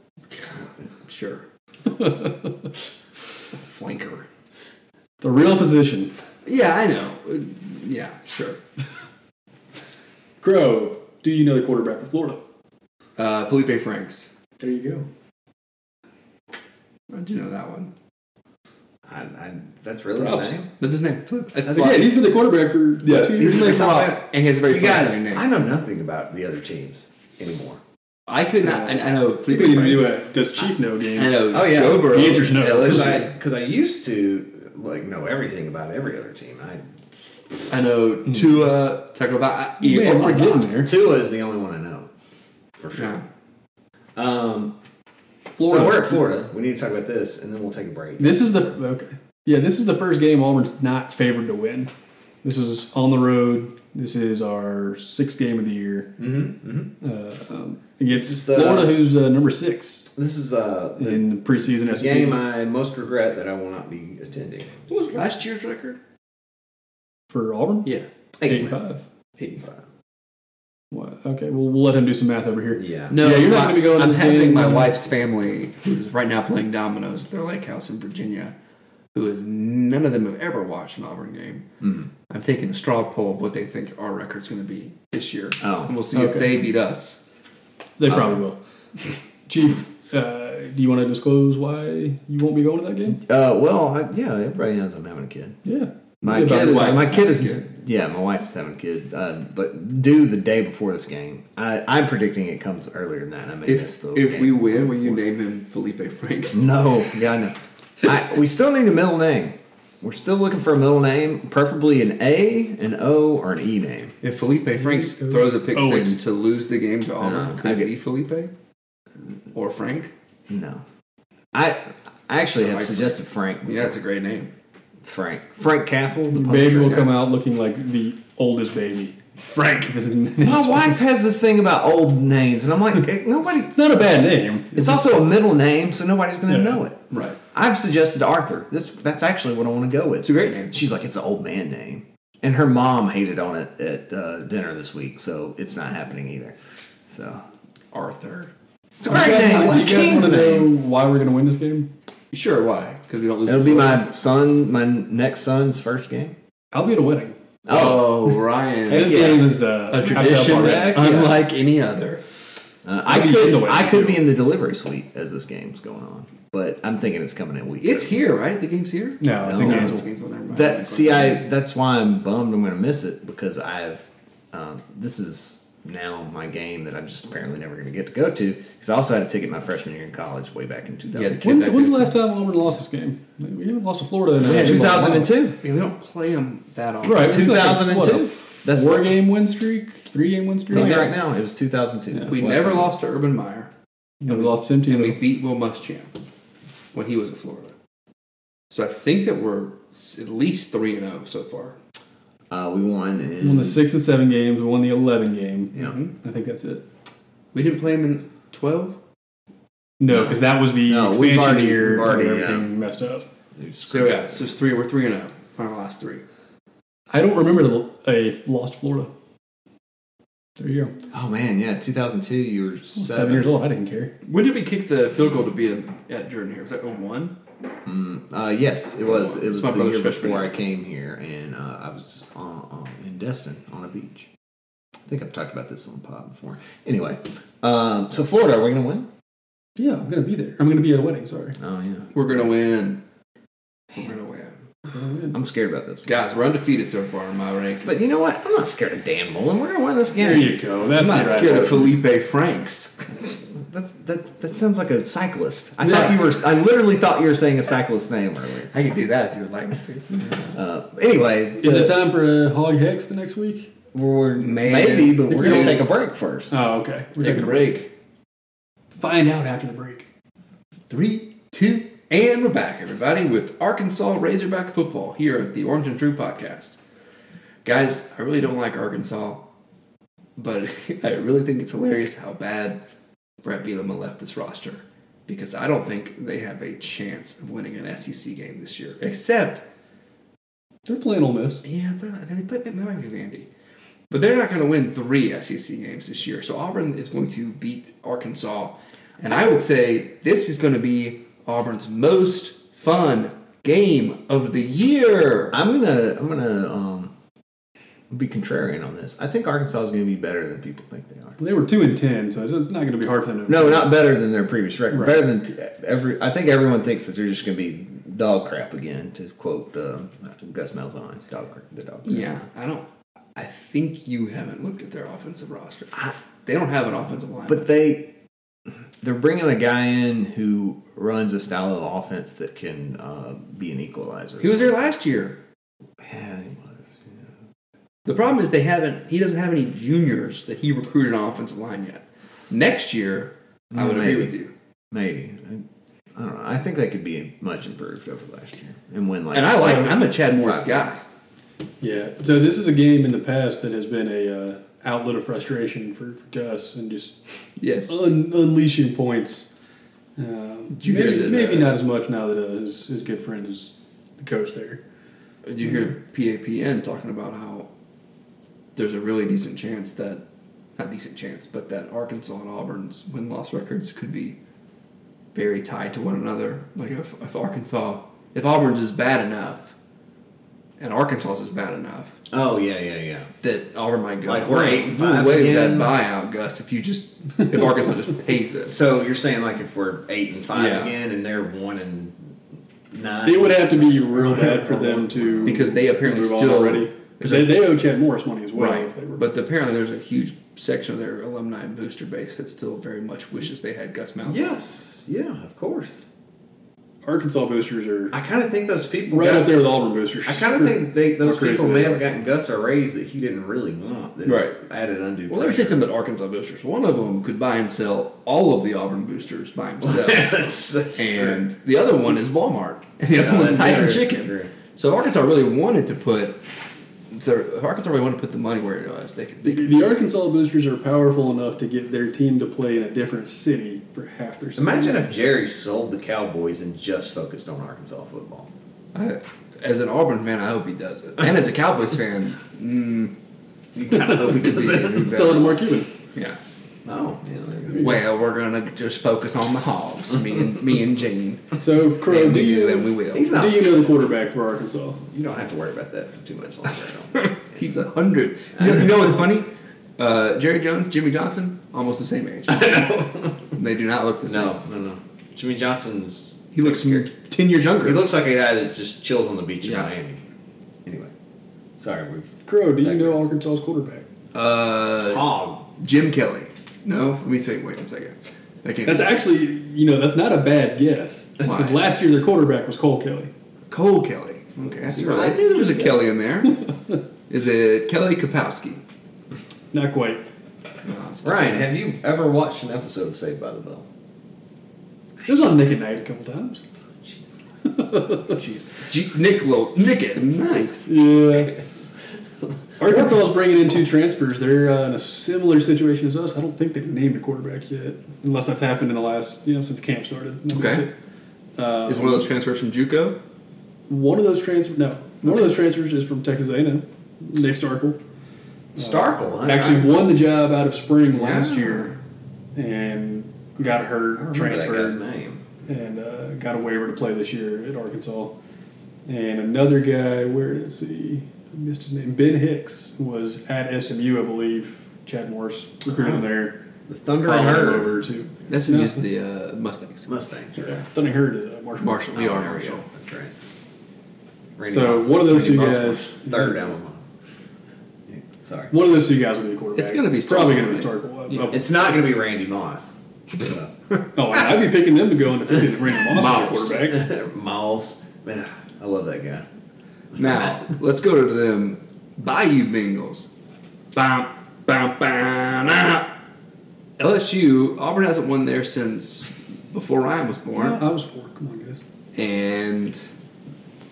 S5: Sure. Flanker.
S10: It's a real position.
S5: Yeah, I know. Uh, Yeah, sure.
S10: Crow, do you know the quarterback of Florida?
S5: Uh, Felipe Franks.
S10: There you go.
S5: I do know that one.
S7: I, I, that's really
S10: Props.
S7: his name?
S5: That's his name. Felipe. That's
S10: Again, he's been the quarterback for
S5: yeah,
S10: two years.
S5: he's played
S7: It's not
S5: flop, and he has a very
S7: You guys,
S5: funny name.
S7: I know nothing about the other teams anymore.
S5: I could not. I, I know
S10: We
S5: Felipe
S10: didn't do
S5: Franks.
S10: a does Chief know game.
S5: I know
S7: Oh, yeah.
S5: Joe Burrow.
S10: The answer's no.
S7: Because
S5: LSU.
S7: I, 'cause I used to like know everything about every other team. I,
S5: I know Tua Tagovailoa.
S10: Hmm. Man, we're getting there.
S7: Tua is the only one I know, for sure.
S5: Yeah.
S7: Um,
S10: Florida.
S7: So we're at Florida. We need to talk about this, and then we'll take a break.
S10: This is the okay. Yeah, this is the first game Auburn's not favored to win. This is on the road. This is our sixth game of the year mm-hmm, Uh, um, against
S7: This is, uh,
S10: Florida, who's uh, number six
S7: This is uh, the
S10: in the preseason.
S7: the
S10: SEC.
S7: game I most regret that I will not be attending.
S5: What was last year's record?
S10: for Auburn.
S5: Yeah,
S7: Eight
S10: Eight
S7: wins.
S10: five.
S7: Eight and five.
S10: What? Okay, well we'll let him do some math over here.
S7: Yeah.
S5: no,
S10: Yeah, you're not
S5: my-
S10: gonna be going to
S5: I'm
S10: this
S5: having
S10: game.
S5: my wife's family, who's right now playing dominoes at their lake house in Virginia, who is none of them have ever watched an Auburn game.
S7: Hmm.
S5: I'm taking a straw poll of what they think our record's going to be this year,
S7: Oh,
S5: and we'll see if
S10: okay.
S5: they beat us.
S10: They probably
S7: Uh-huh.
S10: will. Chief, uh, do you want to disclose why you won't be going to that game?
S7: Uh, well, I, yeah, everybody knows I'm having a kid.
S10: Yeah.
S7: My
S10: Yeah, by
S7: kid
S10: the
S7: is
S10: way.
S7: my kid is yeah, my wife's having a kid, uh, but due the day before this game. I, I'm predicting it comes earlier than that. and I may miss
S5: If,
S7: the
S5: if
S7: game.
S5: we win, will you name him Felipe
S7: Hmm.
S5: Franks?
S7: No, yeah, no. I, we still need a middle name. We're still looking for a middle name, preferably an A, an O, or an E name.
S5: If Felipe Franks throws a pick
S10: Owen.
S5: six to lose the game to Auburn,
S7: No,
S5: could
S7: I
S5: it
S7: get-
S5: be Felipe or Frank?
S7: No, I I actually have
S5: like-
S7: suggested Frank.
S5: Yeah, that's a great name.
S7: Frank Frank Castle. The
S10: Your baby
S7: publisher.
S10: will come out looking like the oldest baby.
S5: Frank.
S10: Because
S7: My wife has this thing about old names, and I'm like, eh, nobody.
S10: It's not a bad name.
S7: It's also a middle name, so nobody's going to
S10: Yeah.
S7: know it.
S5: Right.
S7: I've suggested Arthur. This that's actually what I want to go with.
S5: It's a great name.
S7: She's like, it's an old man name, and her mom hated on it at uh, dinner this week, so it's not happening either. So
S5: Arthur.
S7: it's a great name. It's a
S10: you guys
S7: king's
S10: want to
S7: name.
S10: know why we're going to win this game?
S5: Sure, why? Because we don't lose.
S7: It'll
S5: to
S7: be
S5: Florida.
S7: my son, my next son's first game.
S10: I'll be at a wedding.
S5: Oh, Ryan.
S10: And this
S7: Yeah.
S10: game is uh,
S5: a
S10: I've got
S5: tradition
S10: already.
S7: Heck yeah.
S5: unlike any other.
S7: Uh, I
S10: Maybe in
S7: could
S10: the way
S7: I could
S10: too.
S7: be in the delivery suite as this game's going on, but I'm thinking it's coming at week.
S5: It's
S7: three.
S5: here, right? The game's here.
S10: No, it's
S7: No.
S10: in
S5: No,
S10: Gainesville.
S5: Gainesville, never mind.
S7: That see, I that's why I'm bummed. I'm going to miss it because I've um, this is now my game that I'm just apparently never going to get to go to because I also had a ticket my freshman year in college way back in 2000.
S5: Yeah, the kid
S10: When's,
S5: back
S10: when's the
S5: there.
S10: last time Auburn lost this game? We haven't lost to Florida in a-
S7: Yeah, 2002.
S5: Yeah, we don't play them that often.
S10: Right, it was like a-
S7: 2002.
S10: what, a
S7: That's
S10: four
S7: the-
S10: game win streak, three game win streak.
S7: Tell me right now, it was 2002. That's
S5: We
S7: the last
S5: never
S7: time.
S5: lost to Urban Meyer,
S10: And we lost to
S5: and we
S10: MTV.
S5: beat Will Muschamp when he was at Florida. So I think that we're s- at least three and zero so far.
S7: Uh, we won in
S10: We won the six Mm-hmm. and seven games. We won the eleven game.
S7: Yeah.
S10: I think that's it.
S5: We didn't play them in twelve.
S10: No, because that was the
S7: No, we've
S10: expansion
S7: already-
S10: year
S7: we've already,
S10: where everything messed up.
S5: So yeah, so it's three. We're three and zero on our last three.
S10: I don't remember a lost Florida. There you go.
S7: Oh man, yeah, 2002. You
S10: I
S7: were seven,
S10: was Seven years old. I didn't care.
S5: When did we kick the field goal to be in, at Jordan here? Was that 01?
S7: Uh, yes, it was. It
S5: It's
S7: was
S5: my
S7: the
S5: brother's
S7: year
S5: freshman
S7: before I
S5: year.
S7: came here, and uh, I was on, on, in Destin on a beach. I think I've talked about this on the pod before. Anyway, um, so Florida, are we gonna win?
S10: Yeah, I'm gonna be there. I'm gonna be at a wedding. Sorry.
S7: Oh yeah,
S5: We're gonna win. We're gonna win,
S7: I'm scared about this.
S5: guys. We're undefeated so far in my rank.
S7: But you know what? I'm not scared of Dan Mullen. We're gonna win this
S10: There
S7: game.
S10: you go. That's
S5: I'm not
S10: the right
S5: scared
S10: word.
S5: of Felipe Franks.
S7: That's that. That sounds like a cyclist. I
S5: Yeah.
S7: thought you were. I literally thought you were saying a cyclist name earlier.
S5: I can do that if you would like me to.
S7: Uh, anyway,
S10: Is it
S7: uh,
S10: time for a hog hex the next week?
S7: we're,
S5: Man.
S7: maybe, but we're
S5: Yeah.
S7: gonna take a break first.
S10: Oh, okay. We're
S5: Take a break.
S10: Find out after the break.
S5: Three, two, and we're back, everybody, with Arkansas Razorback football here at the Orange and True podcast. Guys, I really don't like Arkansas, but I really think it's hilarious how bad Brett Bielema left this roster because I don't think they have a chance of winning an SEC game this year, except
S10: They're playing Ole Miss.
S5: Yeah, but they put they might be Vandy. But they're not going to win three SEC games this year. So Auburn is going to beat Arkansas. And I would say this is going to be Auburn's most fun game of the year.
S7: I'm gonna I'm gonna um be contrarian on this. I think Arkansas is gonna be better than people think they are.
S10: They were two and ten, so it's not going to be hard for them to.
S7: No, not better than their previous record.
S10: Right.
S7: Better than every. I think everyone thinks that they're just gonna be dog crap again. To quote uh, Gus Malzahn, dog crap, the dog. Crap.
S5: Yeah, I don't. I think you haven't looked at their offensive roster. They don't have an offensive line.
S7: But they they're bringing a guy in who runs a style of offense that can uh, be an equalizer.
S5: he was there last year.
S7: Yeah, he was.
S5: The problem is they haven't. He doesn't have any juniors that he recruited on offensive line yet. Next year, I
S7: Yeah,
S5: would
S7: maybe.
S5: agree with you.
S7: Maybe. I, I don't know. I think they could be much improved over last year and win like.
S5: And I like. I'm a Chad Morris
S7: Five
S5: guy.
S10: Yeah. So this is a game in the past that has been a uh, outlet of frustration for, for Gus and just
S5: Yes.
S10: un- unleashing points. Um,
S5: you hear
S10: maybe
S5: that,
S10: maybe
S5: uh,
S10: not as much now that uh, his, his good friend is the coach there.
S5: Did you hear PAPN talking about how there's a really decent chance that, not decent chance, but that Arkansas and Auburn's win loss records could be very tied to one another. Like if, if Arkansas, if Auburn's is bad enough, and Arkansas is bad enough,
S7: Oh yeah, yeah, yeah.
S5: that Auburn might go.
S7: Like, we're eight and
S5: we'll
S7: five
S5: waive
S7: again."
S5: that buyout, Gus. If you just if Arkansas just pays us,
S7: So you're saying like if we're eight and five
S5: Yeah.
S7: again and they're one and nine,
S10: It would have to be real bad for them to
S5: because they apparently
S10: move on
S5: still
S10: already. Because they, they owe Chad Morris money as well.
S5: Right.
S10: If they were.
S5: But apparently, there's a huge section of their alumni and booster base that still very much wishes they had Gus Malzahn.
S7: Yes. Yeah. Of course.
S10: Arkansas boosters are
S7: I kind of think those people
S10: right
S7: got-
S10: up there with Auburn boosters.
S7: I kind of think they, those
S10: How crazy
S7: people
S10: they
S7: may
S10: are.
S7: have gotten Gus a raise that he didn't really want. That
S5: Right.
S7: just Added undue.
S5: Well, let me
S7: pressure.
S5: say something about Arkansas boosters. One of them could buy and sell all of the Auburn boosters by himself.
S7: that's, that's
S5: and
S7: true.
S5: the other one is Walmart, and the other
S7: Yeah,
S5: one's
S7: that's
S5: Tyson
S7: true,
S5: Chicken.
S7: true.
S5: So if Arkansas really wanted to put, so if Arkansas really wanted to put the money where it was, they could. They could
S10: the Arkansas boosters are powerful enough to get their team to play in a different city for half their. season.
S7: Imagine if Jerry sold the Cowboys and just focused on Arkansas football.
S5: I, as an Auburn fan, I hope he does it, and as a Cowboys fan, mm,
S7: You kind of hope he does it.
S10: sell it to Mark Cuban.
S5: yeah.
S7: No, yeah, there you go.
S5: Well, we're gonna just focus on the Hogs, me and me and Gene,
S10: So Crow,
S5: and
S10: do
S5: we,
S10: you
S5: and we will.
S7: He's
S10: do
S7: not.
S10: you know the quarterback for Arkansas?
S7: You don't have to worry about that for too much longer.
S5: He's a hundred. You know, you know what's funny? Uh, Jerry Jones, Jimmy Johnson, almost the same age. they do not look the same.
S7: no, no, no. Jimmy Johnson's.
S5: He looks ten years younger.
S7: He looks like a guy that just chills on the beach
S5: Yeah.
S7: in Miami. Anyway, sorry, we've
S10: Crow, do you know
S7: Digress.
S10: Arkansas's quarterback?
S5: uh,
S7: hog.
S5: Jim Kelly. No, let me say. Wait a second. I can't.
S10: That's actually, you know, that's not a bad guess.
S5: Why?
S10: Because last year their quarterback was Cole Kelly.
S5: Cole Kelly. Okay, that's
S7: he
S5: right. I
S7: related
S5: knew there was a Kelly in there. Is it Kelly Kapowski?
S10: Not quite.
S5: No, it's-
S7: Ryan, have you ever watched an episode of Saved by the Bell?
S10: It was on Nick at Night a couple times.
S5: Jeez. G- Nick Lo- Nick at night.
S10: Yeah. Arkansas is bringing in two transfers. They're uh, in a similar situation as us. I don't think they've named a quarterback yet, unless that's happened in the last, you know, since camp started. No,
S5: Okay.
S10: just-
S7: Uh,
S5: Is one of those transfers from JUCO?
S10: One of those transfers, no, one of those transfers is from Texas A&M, Nick Starkle.
S7: Starkle. huh?
S10: Actually won the job out of spring last
S5: Yeah.
S10: year and got
S7: I
S10: hurt,
S7: remember that guy's
S10: transferred,
S7: name.
S10: and uh, got a waiver to play this year at Arkansas. And another guy, where is he? I missed his name. Ben Hicks was at SMU, I believe. Chad Morris recruited him there.
S7: The Thunder
S10: Followed
S7: and
S10: him
S7: Herd.
S10: over to
S5: That's
S10: No,
S5: used the uh, Mustangs.
S7: Mustangs.
S10: yeah, Thunder and Herd is a Marshall.
S5: Marshall. We are Marshall.
S7: That's right. Randy
S10: So,
S7: Moss's-
S10: one of those two
S7: Moss's
S10: guys-
S7: Third alma mater. Yeah, Sorry.
S10: One of those two guys will be the quarterback.
S5: It's gonna be
S10: It's probably
S5: Starkle,
S10: going to be
S5: right?
S10: Starkle.
S5: Yeah.
S10: Uh,
S7: It's not going to be Randy Moss.
S10: Oh, and I'd be picking them to go into freaking Brandon Moss
S5: Moss.
S10: as their quarterback.
S7: Moss. Man, I love that guy.
S5: Now let's go to them Bayou Bengals. Bam, bam, bam, ah. LSU Auburn hasn't won there since before Ryan was born,
S10: I was four. Come on, guys.
S5: and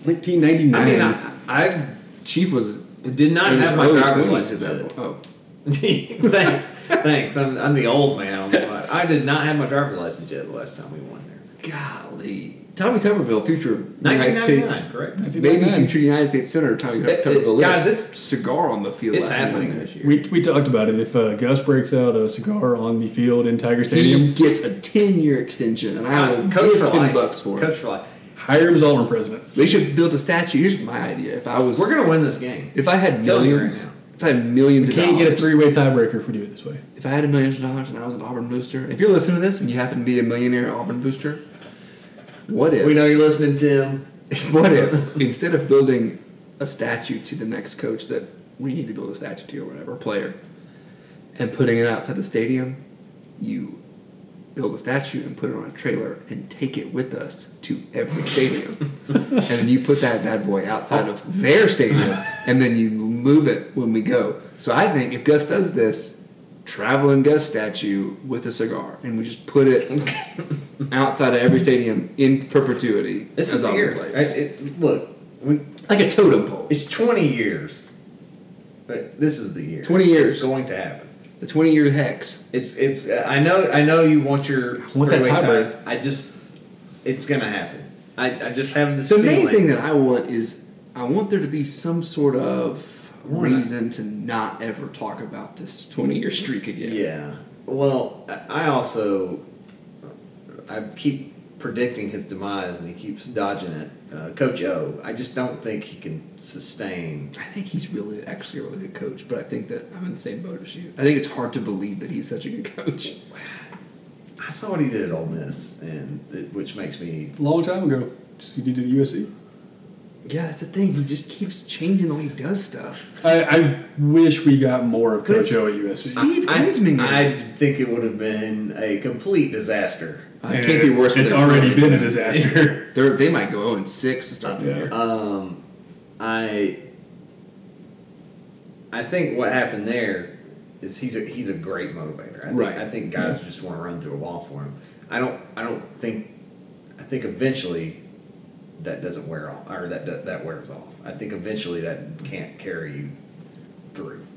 S10: 1999.
S7: I mean, I, I
S5: Chief was
S7: did not
S5: in his
S7: have my
S5: early
S7: driver's
S5: 20s
S7: license
S5: at that
S7: yet.
S5: point. Oh,
S7: thanks, thanks. I'm, I'm the old man. on the pod. I did not have my driver's license yet the last time we won there.
S5: golly. Tommy Tuberville, future United
S7: 1999,
S5: States,
S7: correct?
S5: maybe future United States Senator Tommy
S7: It- it-
S5: Tuberville.
S7: guys,
S5: There's
S7: it's-
S5: cigar on the field.
S7: It's
S5: last night.
S7: happening this year.
S11: We, we talked about it. If uh, Gus breaks out a cigar on the field in Tiger
S5: He
S11: Stadium,
S5: gets a ten-year extension, and I will
S7: Uh, Coach
S5: give
S7: for
S5: ten
S7: life.
S5: bucks for it.
S7: Coach for life.
S11: hire him as Auburn president.
S5: They should build a statue. Here's my idea. If I was,
S7: We're gonna win this game.
S5: if I had
S7: telling you
S5: millions,
S7: right
S5: if I had millions
S11: We
S5: of
S11: can't
S5: dollars,
S11: get a three-way tiebreaker if we do it this way.
S5: if I had a million dollars and I was an Auburn booster, if you're listening to this and you happen to be a millionaire Auburn booster, what if?
S7: We know you're listening, Tim.
S5: what if instead of building a statue to the next coach that we need to build a statue to or whatever player, and putting it outside the stadium, you build a statue and put it on a trailer and take it with us to every stadium, and then you put that bad boy outside of their stadium, and then you move it when we go. So I think if Gus does this. Traveling Gus statue with a cigar, and we just put it outside of every stadium in perpetuity.
S7: This
S5: as
S7: is the
S5: Auburn
S7: year.
S5: plays
S7: I- it- look, we,
S5: like a totem pole.
S7: it's 20 years, but this is the year.
S5: 20 years.
S7: It's going to happen.
S5: The twenty-year hex.
S7: It's it's. I know I know you want your
S11: want
S7: three-way
S11: that
S7: tie.
S11: tiebreaker.
S7: I just, it's gonna happen. I, I just have this.
S5: The main
S7: feeling.
S5: thing that I want is I want there to be some sort of reason to not ever talk about this twenty-year streak again.
S7: Yeah. Well, I I also I keep predicting his demise, and he keeps dodging it. Uh, Coach O, I just don't think he can sustain.
S5: I think he's really actually a really good coach, but I think that I'm in the same boat as you. I think it's hard to believe that he's such a good coach.
S7: I saw what he did at Ole Miss, and it, which makes me
S10: Long time ago. Just, you did it at USC.
S5: Yeah, that's the thing. He just keeps changing the way he does stuff.
S10: I, I wish we got more of
S5: But
S10: Coach
S5: it's-
S10: O at USC.
S5: Steve Eisminger.
S7: I, I think it would have been a complete disaster.
S5: I can't be worse. than
S10: It's
S5: they're
S10: already
S5: doing.
S10: been a disaster. Uh,
S5: They're, they might go 0 and six to start the
S10: Yeah.
S5: year.
S7: Um, I I think what happened there is he's a he's a great motivator. I think,
S5: Right.
S7: I think guys just want to run through a wall for him. I don't I don't think I think eventually that doesn't wear off or that that- that wears off. I think eventually that can't carry you through.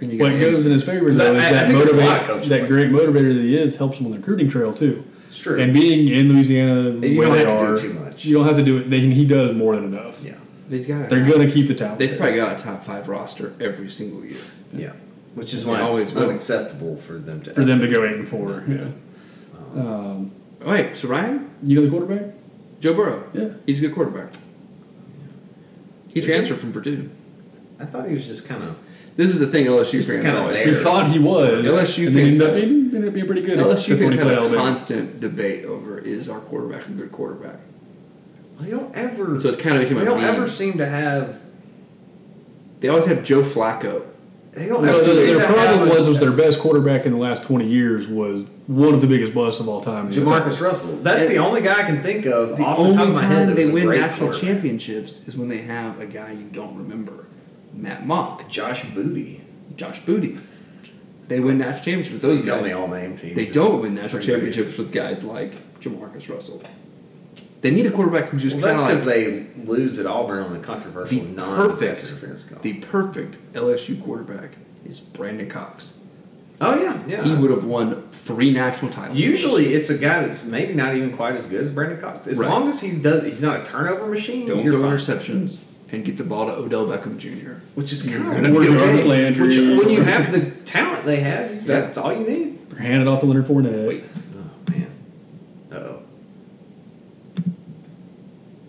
S5: And you
S10: what
S5: got
S10: goes in his favor
S7: Because
S10: though
S7: I-
S10: is
S7: I-
S10: that
S7: I think there's a lot of
S10: motivate,
S7: coaches
S10: that
S7: like
S10: great motivator that he is helps him on the recruiting trail too.
S7: It's true.
S10: And being in Louisiana,
S7: you
S10: where
S7: don't
S10: they
S7: have to do
S10: are,
S7: too much.
S10: You don't have to do it. They can, he does more than enough.
S7: yeah,
S5: They've got.
S10: They're gonna keep the talent.
S5: They've
S10: there.
S5: probably got a top five roster every single year.
S7: yeah. Which is why
S5: It always
S7: it's
S5: will.
S7: unacceptable for them to
S10: for them to go eight and four. Yeah.
S5: All right, so Ryan,
S10: You know the quarterback?
S5: Joe Burrow.
S10: Yeah.
S5: he's a good quarterback. He
S7: Is he?
S5: transferred from Purdue.
S7: I thought he was just kind of
S5: This is the thing LSU
S7: He's
S5: fans
S7: kinda
S5: always.
S7: there.
S10: He thought he was.
S5: LSU
S10: and then
S5: fans
S10: ended up
S5: have-
S10: being, ended up being pretty good.
S5: LSU
S10: except when
S5: fans
S10: he
S5: have
S10: played
S5: a
S10: Alabama.
S5: constant debate over is our quarterback a good quarterback.
S7: Well, they don't ever.
S5: So it kinda became
S7: They
S5: a
S7: don't
S5: meme.
S7: ever seem to have.
S5: They always have Joe Flacco.
S7: They don't
S10: No,
S7: ever.
S10: their,
S7: seem
S10: their
S7: to
S10: problem
S7: have a-
S10: was was their best quarterback in the last twenty years was one of the biggest busts of all time.
S7: Jamarcus Russell. That's the only guy I can think of off the top of my head that was
S5: they
S7: a
S5: win
S7: great
S5: national
S7: quarterback.
S5: championships is when they have a guy you don't remember, Matt Mock,
S7: Josh Booty.
S5: Josh Booty. They win national championships with
S7: Those
S5: those
S7: you got
S5: guys.
S7: me all named. so you
S5: They
S7: just-
S5: don't win national
S7: pretty good.
S5: championships with guys like Jamarcus Russell. They need a quarterback who's just
S7: Well, that's
S5: kind
S7: because
S5: of like
S7: they lose at Auburn on the controversial
S5: the
S7: non-pass interference call.
S5: perfect, the perfect LSU quarterback is Brandon Cox.
S7: oh yeah, yeah.
S5: He would have won three national titles.
S7: Usually, it's a guy that's maybe not even quite as good as Brandon Cox. As
S5: Right.
S7: long as he's does, he's not a turnover machine.
S5: don't
S7: you're
S5: throw
S7: fine.
S5: interceptions and get the ball to Odell Beckham Jr.
S7: Which is
S5: You're
S7: kind
S5: gonna
S7: of
S5: be
S10: okay. Landry.
S7: Which, when you have the talent they have, that's all you need.
S10: handed off to Leonard Fournette.
S7: Oh man. Uh oh.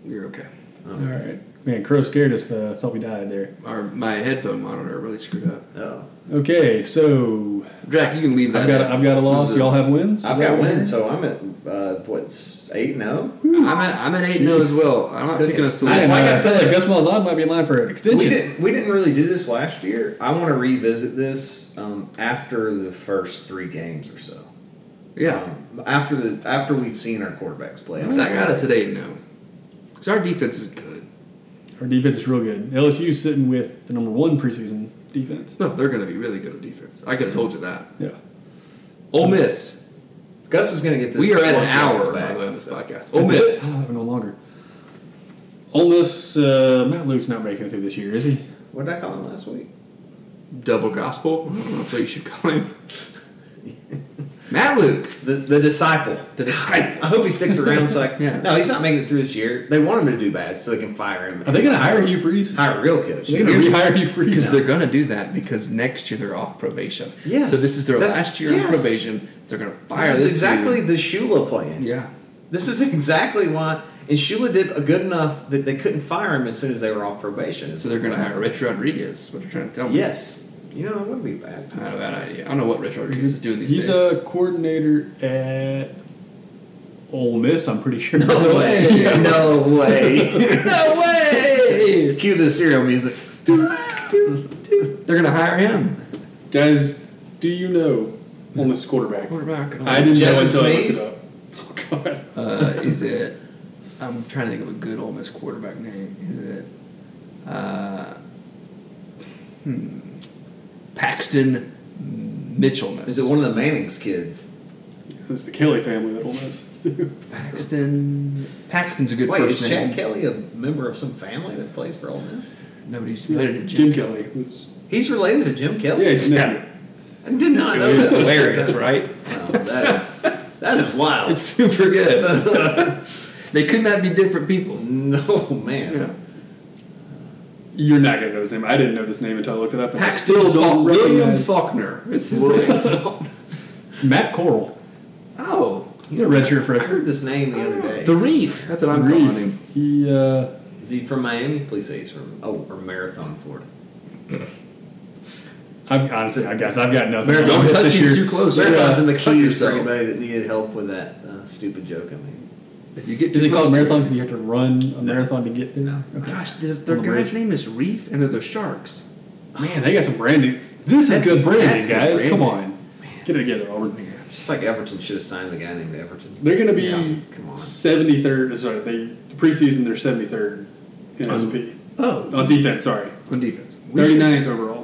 S5: You're okay.
S10: All right, man, Crow scared us. Uh, thought we died there.
S5: Our my headphone monitor really screwed up.
S7: Uh oh.
S10: Okay, so
S5: Jack, you can leave that.
S10: I've got a, I've got a loss. Y'all have wins.
S7: I've
S10: Is that
S7: got
S10: what-
S7: wins, so I'm at uh, what's eight oh? now.
S5: I'm at I'm at eight and oh as well. I'm not
S7: Good.
S5: picking us to
S7: I-
S5: lose.
S7: like
S10: Like
S7: I
S10: I
S7: said-
S10: said, uh, Gus Malzahn might be in line for an extension.
S7: We didn't we didn't really do this last year. I want to revisit this um, after the first three games or so.
S5: yeah,
S7: Um, after the after we've seen our quarterbacks play.
S5: it's not got us at eight and oh. Because our defense is good.
S10: Our defense is real good. LSU's sitting with the number one preseason defense.
S5: No, they're going to be really good at defense. I could have told you that.
S10: Yeah.
S5: Ole Miss.
S7: Gus is going to get this.
S5: We are at an
S7: one
S5: hour
S7: back.
S5: by the way on this podcast. Ole
S10: That's
S5: Miss.
S10: it. Ah, no longer. Ole Miss, uh, Matt Luke's not making it through this year, is he?
S7: What did I call him last week?
S5: Double gospel. That's what you should call him. Matt Luke,
S7: The the disciple.
S5: the disciple.
S7: I hope he sticks around. So like,
S5: Yeah.
S7: no, he's not making it through this year. They want him to do bad so they can fire him.
S10: Are they going to hire Hugh Freeze? Are
S7: hire a real coach?
S10: they going to rehire Hugh Freeze?
S5: Because they're going to do that because next year they're off probation.
S7: Yes.
S5: So this is their
S7: That's-
S5: last year
S7: yes.
S5: on probation. They're going to fire
S7: This
S5: this,
S7: is exactly
S5: dude.
S7: the Shula plan.
S5: Yeah.
S7: This is exactly why. And Shula did a good enough that they couldn't fire him as soon as they were off probation.
S5: So they're going to hire Rich Rodriguez. Is what they're trying to tell me.
S7: Yes. You know, that wouldn't be bad.
S5: Not a bad idea. I don't know what Rich Rodriguez is doing these
S10: He's
S5: days.
S10: a coordinator at Ole Miss, I'm pretty sure.
S7: No way. No way.
S5: no way.
S7: Cue the serial music.
S5: They're going to hire him.
S10: Guys, do you know Ole Miss quarterback?
S5: Quarterback.
S10: I didn't know until
S7: Jefferson
S10: I looked
S7: Sneed?
S10: it up. Oh, God.
S5: Uh, is it? I'm trying to think of a good Ole Miss quarterback name. Is it? Uh, hmm, Paxton Mitchellness.
S7: Is it one of the Manning's kids?
S10: It's the Kelly family at Ole Miss.
S5: Paxton. Paxton's a good
S7: Wait,
S5: first
S7: is
S5: name.
S7: Chad Kelly a member of some family that plays for Ole Miss?
S5: Nobody's related to
S10: Jim
S5: Jim.
S10: Kelly. who's-
S7: He's related to Jim Kelly?
S10: Yeah, he's yeah.
S7: I did not know that.
S5: Hilarious, right?
S7: Wow, that, is, that is wild.
S5: It's super good. they could not be different people.
S7: no, man.
S5: Yeah.
S10: You're not gonna know his name. I didn't know this name until I looked it up. and I
S5: Paxton
S10: still don't
S5: Faulkner. William
S10: recognize
S5: Faulkner. is his name.
S10: Matt Coral.
S5: Oh,
S10: He's a redshirt
S7: I
S10: freshman.
S7: heard this name the other day.
S5: the Reef. That's what I'm calling him.
S10: He uh,
S7: Is he from Miami? Please say he's from oh, or Marathon, Florida.
S10: I'm honestly, I guess I've got nothing.
S7: Marathon
S10: on
S5: Don't
S10: this
S5: touch
S10: this
S5: him
S10: year.
S5: too close.
S7: Marathon's in the
S5: Fuck
S7: queues for
S5: yourself.
S7: anybody that needed help with that uh, stupid joke. I mean,
S5: If you get
S10: Is
S5: too
S10: it called a
S5: close to
S10: marathon because you have to run a marathon to get there?
S5: Gosh, the, their
S10: On the
S5: guy's name is Reese, and they're the Sharks.
S10: Man, they got some branding. This is
S5: That's-
S10: good
S5: that's
S10: branding,
S5: good
S10: guys. Come on.
S5: branding.
S10: Get it together, Auburn.
S7: Just like Everton should have signed the guy named Everton.
S10: They're going to be
S7: Yeah, come on.
S10: 73rd. Sorry, they preseason they're 73rd in
S7: Um,
S10: S&P.
S5: Oh,
S10: On defense, sorry.
S5: on defense. We should-
S10: 39th overall.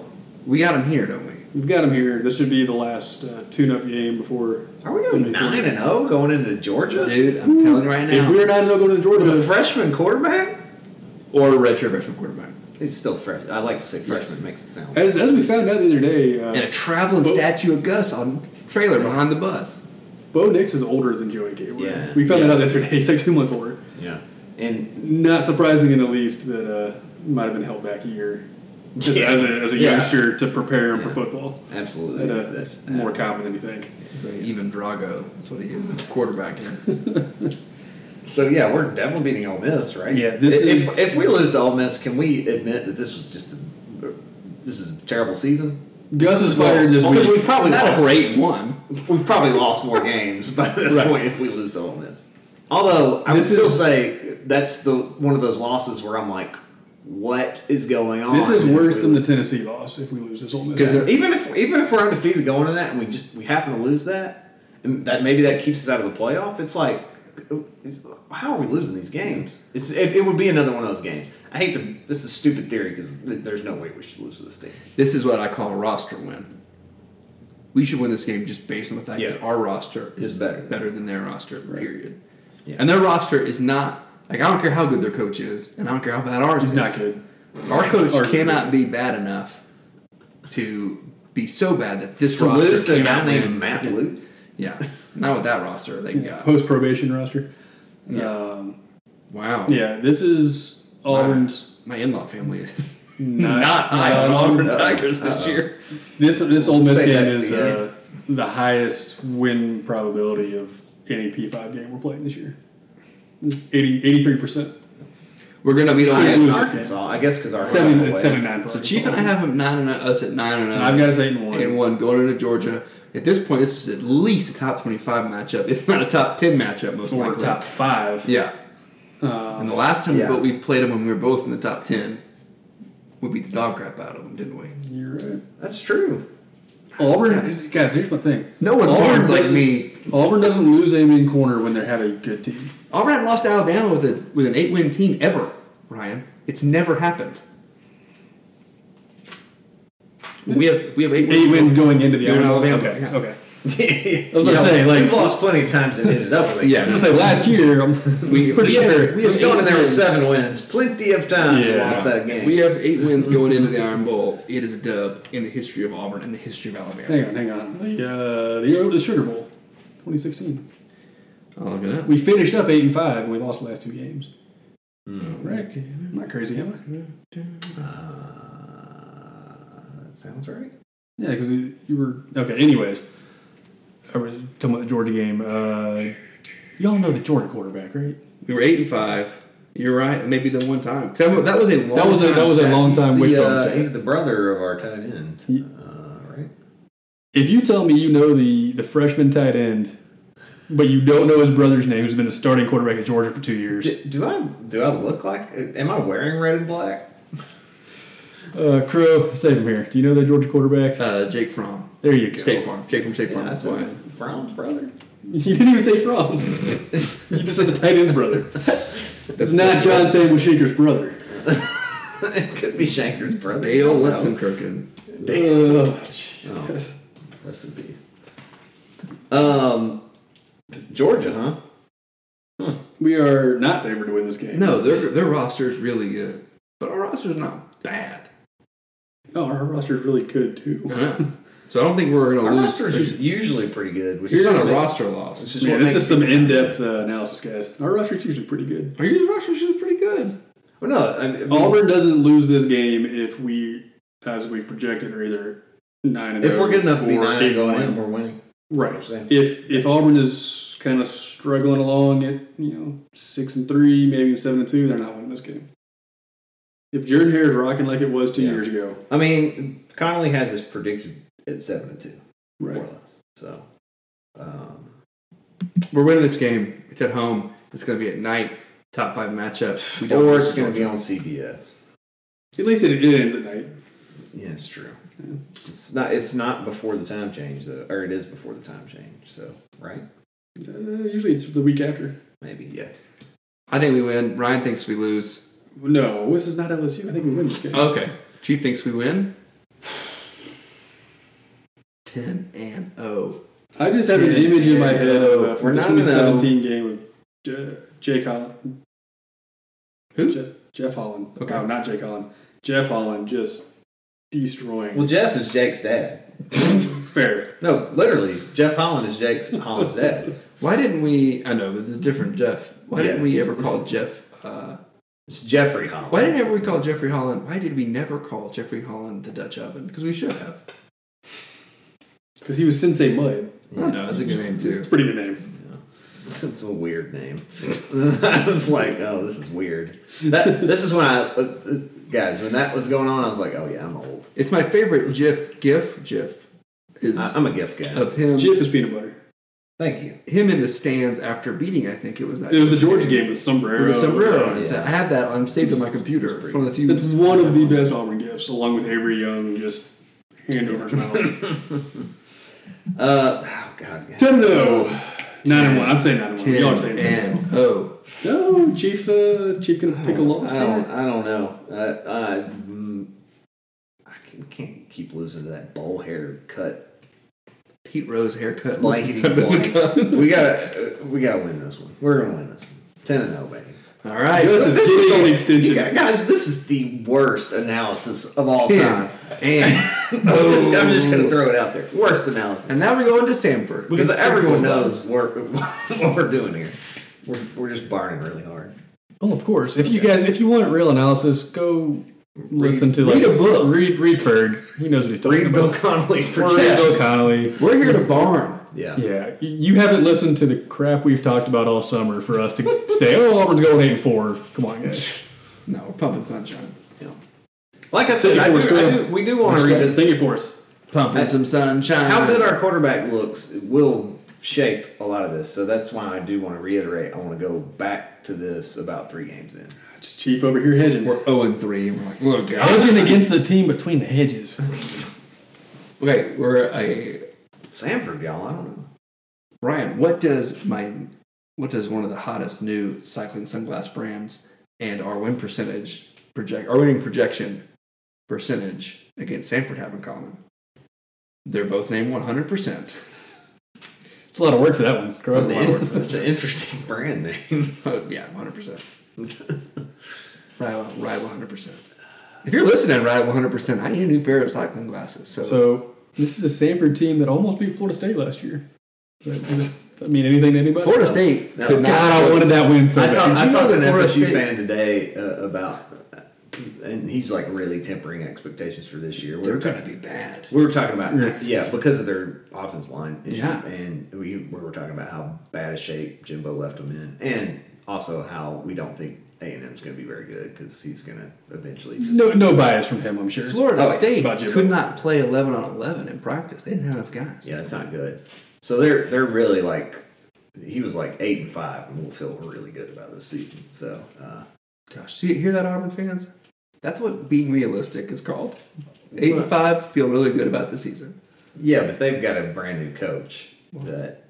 S5: We got him here, don't we?
S10: We've got them here. This should be the last uh, tune-up game before.
S7: Are we going to be nine and zero going into Georgia
S5: Dude, I'm telling you right
S10: If we're
S5: now.
S10: not going to Georgia,
S7: with a freshman quarterback?
S5: Or a redshirt freshman quarterback.
S7: He's still fresh. I like to say freshman makes it sound.
S10: as, as we found out the other day, uh,
S5: And a traveling
S10: Bo-
S5: statue of Gus on trailer behind the bus.
S10: Bo Nix is older than Joey Gatewood.
S7: Yeah.
S10: We found that out the other day. He's like two months older.
S7: Yeah, and
S10: Not surprising in the least that uh, might have been held back a year just
S7: Yeah.
S10: as a, as a
S7: Yeah.
S10: youngster to prepare him for
S7: Yeah.
S10: football.
S7: absolutely,
S10: That, uh,
S7: that's
S10: that's more common than you think.
S5: He's like Even Drago. That's what he is. a quarterback here.
S7: So yeah, we're definitely beating Ole Miss, right?
S10: Yeah, this
S7: if,
S10: is-
S7: if we lose to Ole Miss, can we admit that this was just a this is a terrible season?
S10: Gus is fired this
S7: Well,
S10: week.
S7: because we've probably
S5: Not
S7: lost.
S5: for 8 and 1.
S7: We've probably lost more games by this
S10: Right.
S7: point if we lose to Ole Miss. Although I
S10: This
S7: would still
S10: is-
S7: say that's the one of those losses where I'm like, what is going on?
S10: This is
S7: If
S10: worse
S7: we
S10: than the
S7: lose-
S10: Tennessee loss if we lose this Ole Miss.
S5: Because they're-
S7: even if even if we're undefeated going into that and we just we happen to lose that and that maybe that keeps us out of the playoff it's like it's- how are we losing these games it's it, it would be another one of those games i hate to this is a stupid theory because th- there's no way we should lose to this team
S5: This is what I call a roster win. We should win this game just based on the fact
S7: Yeah.
S5: that our roster is
S7: Is better.
S5: than their roster, period.
S7: Yeah.
S5: And their roster is not, like, I don't care how good their coach is, and I don't care how bad ours
S10: He's
S5: is.
S10: not good.
S5: Our coach
S10: Ours is
S5: cannot be bad enough to be so bad that this
S7: to
S5: roster
S7: lose to a guy
S5: cannot
S7: named
S5: win.
S7: matt luke
S5: Yeah, not with that roster they got.
S10: Post probation roster.
S5: Yeah.
S10: Um,
S5: Wow.
S10: Yeah, this is Auburn's.
S5: My in-law family is
S10: Not-
S5: not, high
S10: not
S5: on
S10: on-
S5: Auburn
S10: uh-oh,
S5: Tigers this
S10: uh,
S5: year.
S10: This this Ole Miss
S7: Say
S10: game
S7: that to
S10: is
S7: the
S10: uh, the highest win probability of any P5 game we're playing this year. 83 percent.
S5: We're gonna beat Ole
S10: Can't
S5: Miss.
S10: lose.
S7: arkansas i guess because our
S10: Seventy seventy nine percent.
S5: So Chief and I have him nine and us at nine and
S10: I've got us eight and one.
S5: eight and one going into Georgia. At this point, this is at least a top twenty-five matchup, if not a top ten matchup, most
S10: or
S5: likely.
S10: top Uh, five.
S5: Yeah. and the last time
S7: yeah.
S5: but we played them when we were both in the top ten, we beat the dog crap out of them, didn't we?
S10: You're right.
S7: that's true
S10: Auburn guys, here's my thing.
S5: No one
S10: Auburn
S5: barns like
S10: doesn't-
S5: me.
S10: Auburn doesn't lose a in corner when they have a good team.
S5: Auburn hadn't lost to Alabama with a with an eight-win team ever, Ryan. It's never happened. We have if we have eight,
S10: Eight wins going into the
S5: You're in
S10: Alabama.
S5: Alabama,
S10: Okay,
S5: yeah.
S10: okay.
S7: I
S10: was gonna say, like-
S7: we've lost plenty of times and ended up with eight
S5: Yeah.
S10: I'm gonna say last year. I'm pretty
S5: We- we had-
S10: sure.
S7: we have
S5: Eight
S7: gone in there with
S5: wins.
S7: seven wins plenty of times
S10: Yeah.
S7: lost that game
S5: We have eight wins going into the Iron Bowl. It is a dub in the history of Auburn and the history of Alabama.
S10: Hang on, hang on. The, uh, the year of the Sugar Bowl, 2016.
S5: I'll look it up.
S10: We finished up eight and five, and we lost the last two games.
S5: Hmm.
S10: Rick, am I crazy? Am I?
S7: that sounds right
S10: Yeah, because you were okay. Anyways, I was talking about the Georgia game. Uh, y'all know the Georgia quarterback, right?
S5: We were eight and five. You're right. Maybe the one time. 'Cause I remember- that was a long.
S10: That was a-
S5: time
S10: that was a
S5: stat.
S10: long time.
S7: He's the,
S10: Wishbone
S7: uh,
S10: stat.
S7: he's the brother of our tight end,
S10: Ye-
S7: uh, right?
S10: If you tell me you know the the freshman tight end, but you don't know his brother's name, who's been a starting quarterback at Georgia for two years,
S7: Do, do I do I look like? Am I wearing red and black?
S10: uh, Crow, save him here. Do you know the Georgia quarterback?
S5: Uh, Jake Fromm,
S10: There you go.
S5: State Farm. Jake from State
S7: Yeah,
S5: Farm.
S7: that's
S5: That's
S7: what,
S5: why.
S7: Fromm's brother.
S10: You didn't even say from. you just said the tight end's brother. That's not John Samuel Shaker's brother.
S7: it could be Shanker's brother.
S5: Dale
S7: I don't know.
S5: Lenzenkirchen.
S10: Ugh.
S5: Oh.
S7: Rest in peace. Um, Georgia, huh?
S10: We are not favored to win this game.
S5: No, their their roster is really good, but our roster's not bad.
S10: No, Oh, our roster's really good too.
S5: I know. So I don't think we're
S7: Our
S5: gonna lose.
S7: roster is usually pretty good. Which
S5: It's
S7: is
S5: not a
S7: just-
S5: roster
S7: it's
S5: loss.
S7: just
S10: Yeah,
S7: what
S10: this
S7: makes-
S10: is some in-depth uh, analysis, guys. Our roster's usually pretty good.
S5: Our year's roster is pretty good.
S7: Well, no, I mean,
S10: Auburn doesn't lose this game if we, as we projected, are either nine and oh
S7: if we're good enough to be
S10: or
S7: nine
S10: eight
S7: going
S10: and
S7: in,
S10: one.
S7: we're winning.
S10: right?
S7: That's what I'm saying.
S10: If if Auburn is kind of struggling along at you know six and three, maybe even seven and two, they're not winning this game. If Jordan Hare is rocking like it was two
S7: Yeah.
S10: years ago,
S7: I mean, Connolly has us predicted at seven and two, more or less. So, um,
S5: We're winning this game. It's at home. It's going to be at night. Top five matchups. We don't
S7: Or
S5: know
S7: it's
S5: the
S7: going to be
S5: Georgia-
S7: on CBS.
S4: At least it, it ends at night.
S7: Yeah, it's true. It's not. It's not before the time change though, or it is before the time change. So right,
S4: Uh, usually it's the week after.
S7: maybe yeah.
S5: I think we win. Ryan thinks we lose.
S4: No, this is not LSU. I think we win this game.
S7: Oh,
S5: Okay. Chief thinks we win. Ten and oh.
S4: I just have an image in my head of
S7: We're
S4: the
S7: not gonna know.
S4: 2017 game of J- Jake Holland.
S5: Who?
S4: Jeff, Jeff Holland.
S5: Okay.
S4: No, not Jake Holland. Jeff Holland just destroying.
S7: Well, Jeff is Jake's dad.
S4: fair.
S7: No, literally, Jeff Holland is Jake's Holland's dad.
S5: Why didn't we? I know, but it's a different Jeff. Why didn't
S7: Yeah.
S5: we ever call Jeff? Uh,
S7: It's Jeffrey Holland.
S5: why didn't we call Jeffrey Holland? Why did we never call Jeffrey Holland the Dutch Oven? Because we should have.
S4: Because he was Sensei Mud.
S5: I don't know. That's a good name too.
S4: It's a pretty good name.
S7: It's a weird name. I was like, oh, this is weird. That this is when I uh, uh, guys when that was going on, I was like, oh yeah, I'm old.
S5: It's my favorite GIF. GIF. GIF is
S7: I,
S4: Uh,
S7: I'm a gift guy.
S5: of him.
S4: Jeff is peanut butter.
S7: Thank you.
S5: Him in the stands after beating. I think it was that.
S4: It was the Georgia game with sombrero.
S5: With the sombrero. on his
S7: Yeah.
S5: head. I have that on saved on my computer. It's one of the few.
S4: That's one of the best Auburn gifts, along with Avery Young just hand over his mouth.
S7: Uh, oh god.
S4: Ten and zero. Nine and one. I'm saying nine and one. Y'all are saying
S5: Ten
S4: ten. and
S5: and oh.
S4: oh. No, Chief. Uh, Chief gonna pick a loss.
S7: I
S4: here.
S7: don't. I don't know. Uh, I, mm, I can, can't keep losing to that bowl hair cut.
S5: Pete Rose haircut.
S7: Blankety blank. we gotta. uh, We gotta win this one. We're gonna win this one. Ten and zero, baby.
S5: All right.
S4: This is dick on
S7: You
S4: extension.
S7: got- guys, this is the worst analysis of all
S5: Ten
S7: time.
S5: and
S7: I'm just- I'm just
S5: oh.
S7: gonna throw it out there. Worst analysis.
S5: And now we go into Sanford
S7: Because
S5: It's
S7: everyone
S5: their
S7: knows we're, what we're doing here. We're, we're just barning really hard.
S10: Well, of course. If you guys, if you want real analysis, go listen to like
S5: read a book.
S10: Read read Ferg. He knows what he's talking
S7: Read Bill
S10: about.
S7: Connolly's
S10: Read
S7: projections.
S10: Bill Connolly.
S5: We're here to barn.
S7: Yeah.
S10: Yeah, y- you haven't listened to the crap we've talked about all summer for us to say, "Oh, Auburn's going eight and four. Come on, guys.
S5: No, we're pumping sunshine.
S7: Like I
S4: Sing
S7: said,
S4: it
S7: I
S4: for
S7: do,
S4: us,
S7: I
S4: girl.
S7: do- we do want to
S4: Sing-
S7: revisit
S4: Sing it for us.
S5: Pumping some sunshine.
S7: how good our quarterback looks will shape a lot of this. So that's why I do want to reiterate. I want to go back to this about three games in.
S4: Just Chief over here hedging.
S5: We're 0 and 3. We're like, look, guys.
S10: Hedging against the team between the hedges.
S5: Okay, we're a.
S7: Sanford, y'all. I don't know.
S5: Ryan, what does my. What does one of the hottest new cycling sunglass brands and our win percentage project, our winning projection percentage against Sanford have in common? They're both named 100%.
S10: It's a lot of work for that one. Gross.
S7: It's an, in- it's an interesting brand name.
S5: Oh, yeah, 100%. Ride, ride 100%. If you're listening, ride 100%, I need a new pair of cycling glasses. So,
S10: So this is a Sanford team that almost beat Florida State last year. Does that mean anything to anybody?
S5: Florida State
S7: No.
S5: could not.
S10: God, I wanted that win so
S7: I
S10: bad.
S7: talked
S5: Did you
S7: I
S5: know
S7: talked to an
S5: that Florida
S7: FSU
S5: State-
S7: fan today uh, about, and he's like really tempering expectations for this year. We
S5: They're
S7: were, ta-
S5: going to be bad.
S7: we were talking about yeah because of their offensive line issue,
S5: Yeah.
S7: and we, we were talking about how bad a shape Jimbo left them in, and also how we don't think A and M is going to be very good because he's going to eventually just
S10: no, no bias from him, I'm sure.
S5: Florida
S7: Oh, wait,
S5: State
S10: about Jimbo.
S5: could not play 11 on 11 in practice. They didn't have enough guys.
S7: yeah it's not good. So they're they're really like he was like eight and five, and we'll feel really good about this season. So uh,
S5: Gosh, see, hear that, Auburn fans? That's what being realistic is called. Eight and five feel really good about the season.
S7: yeah, but they've got a brand new coach that.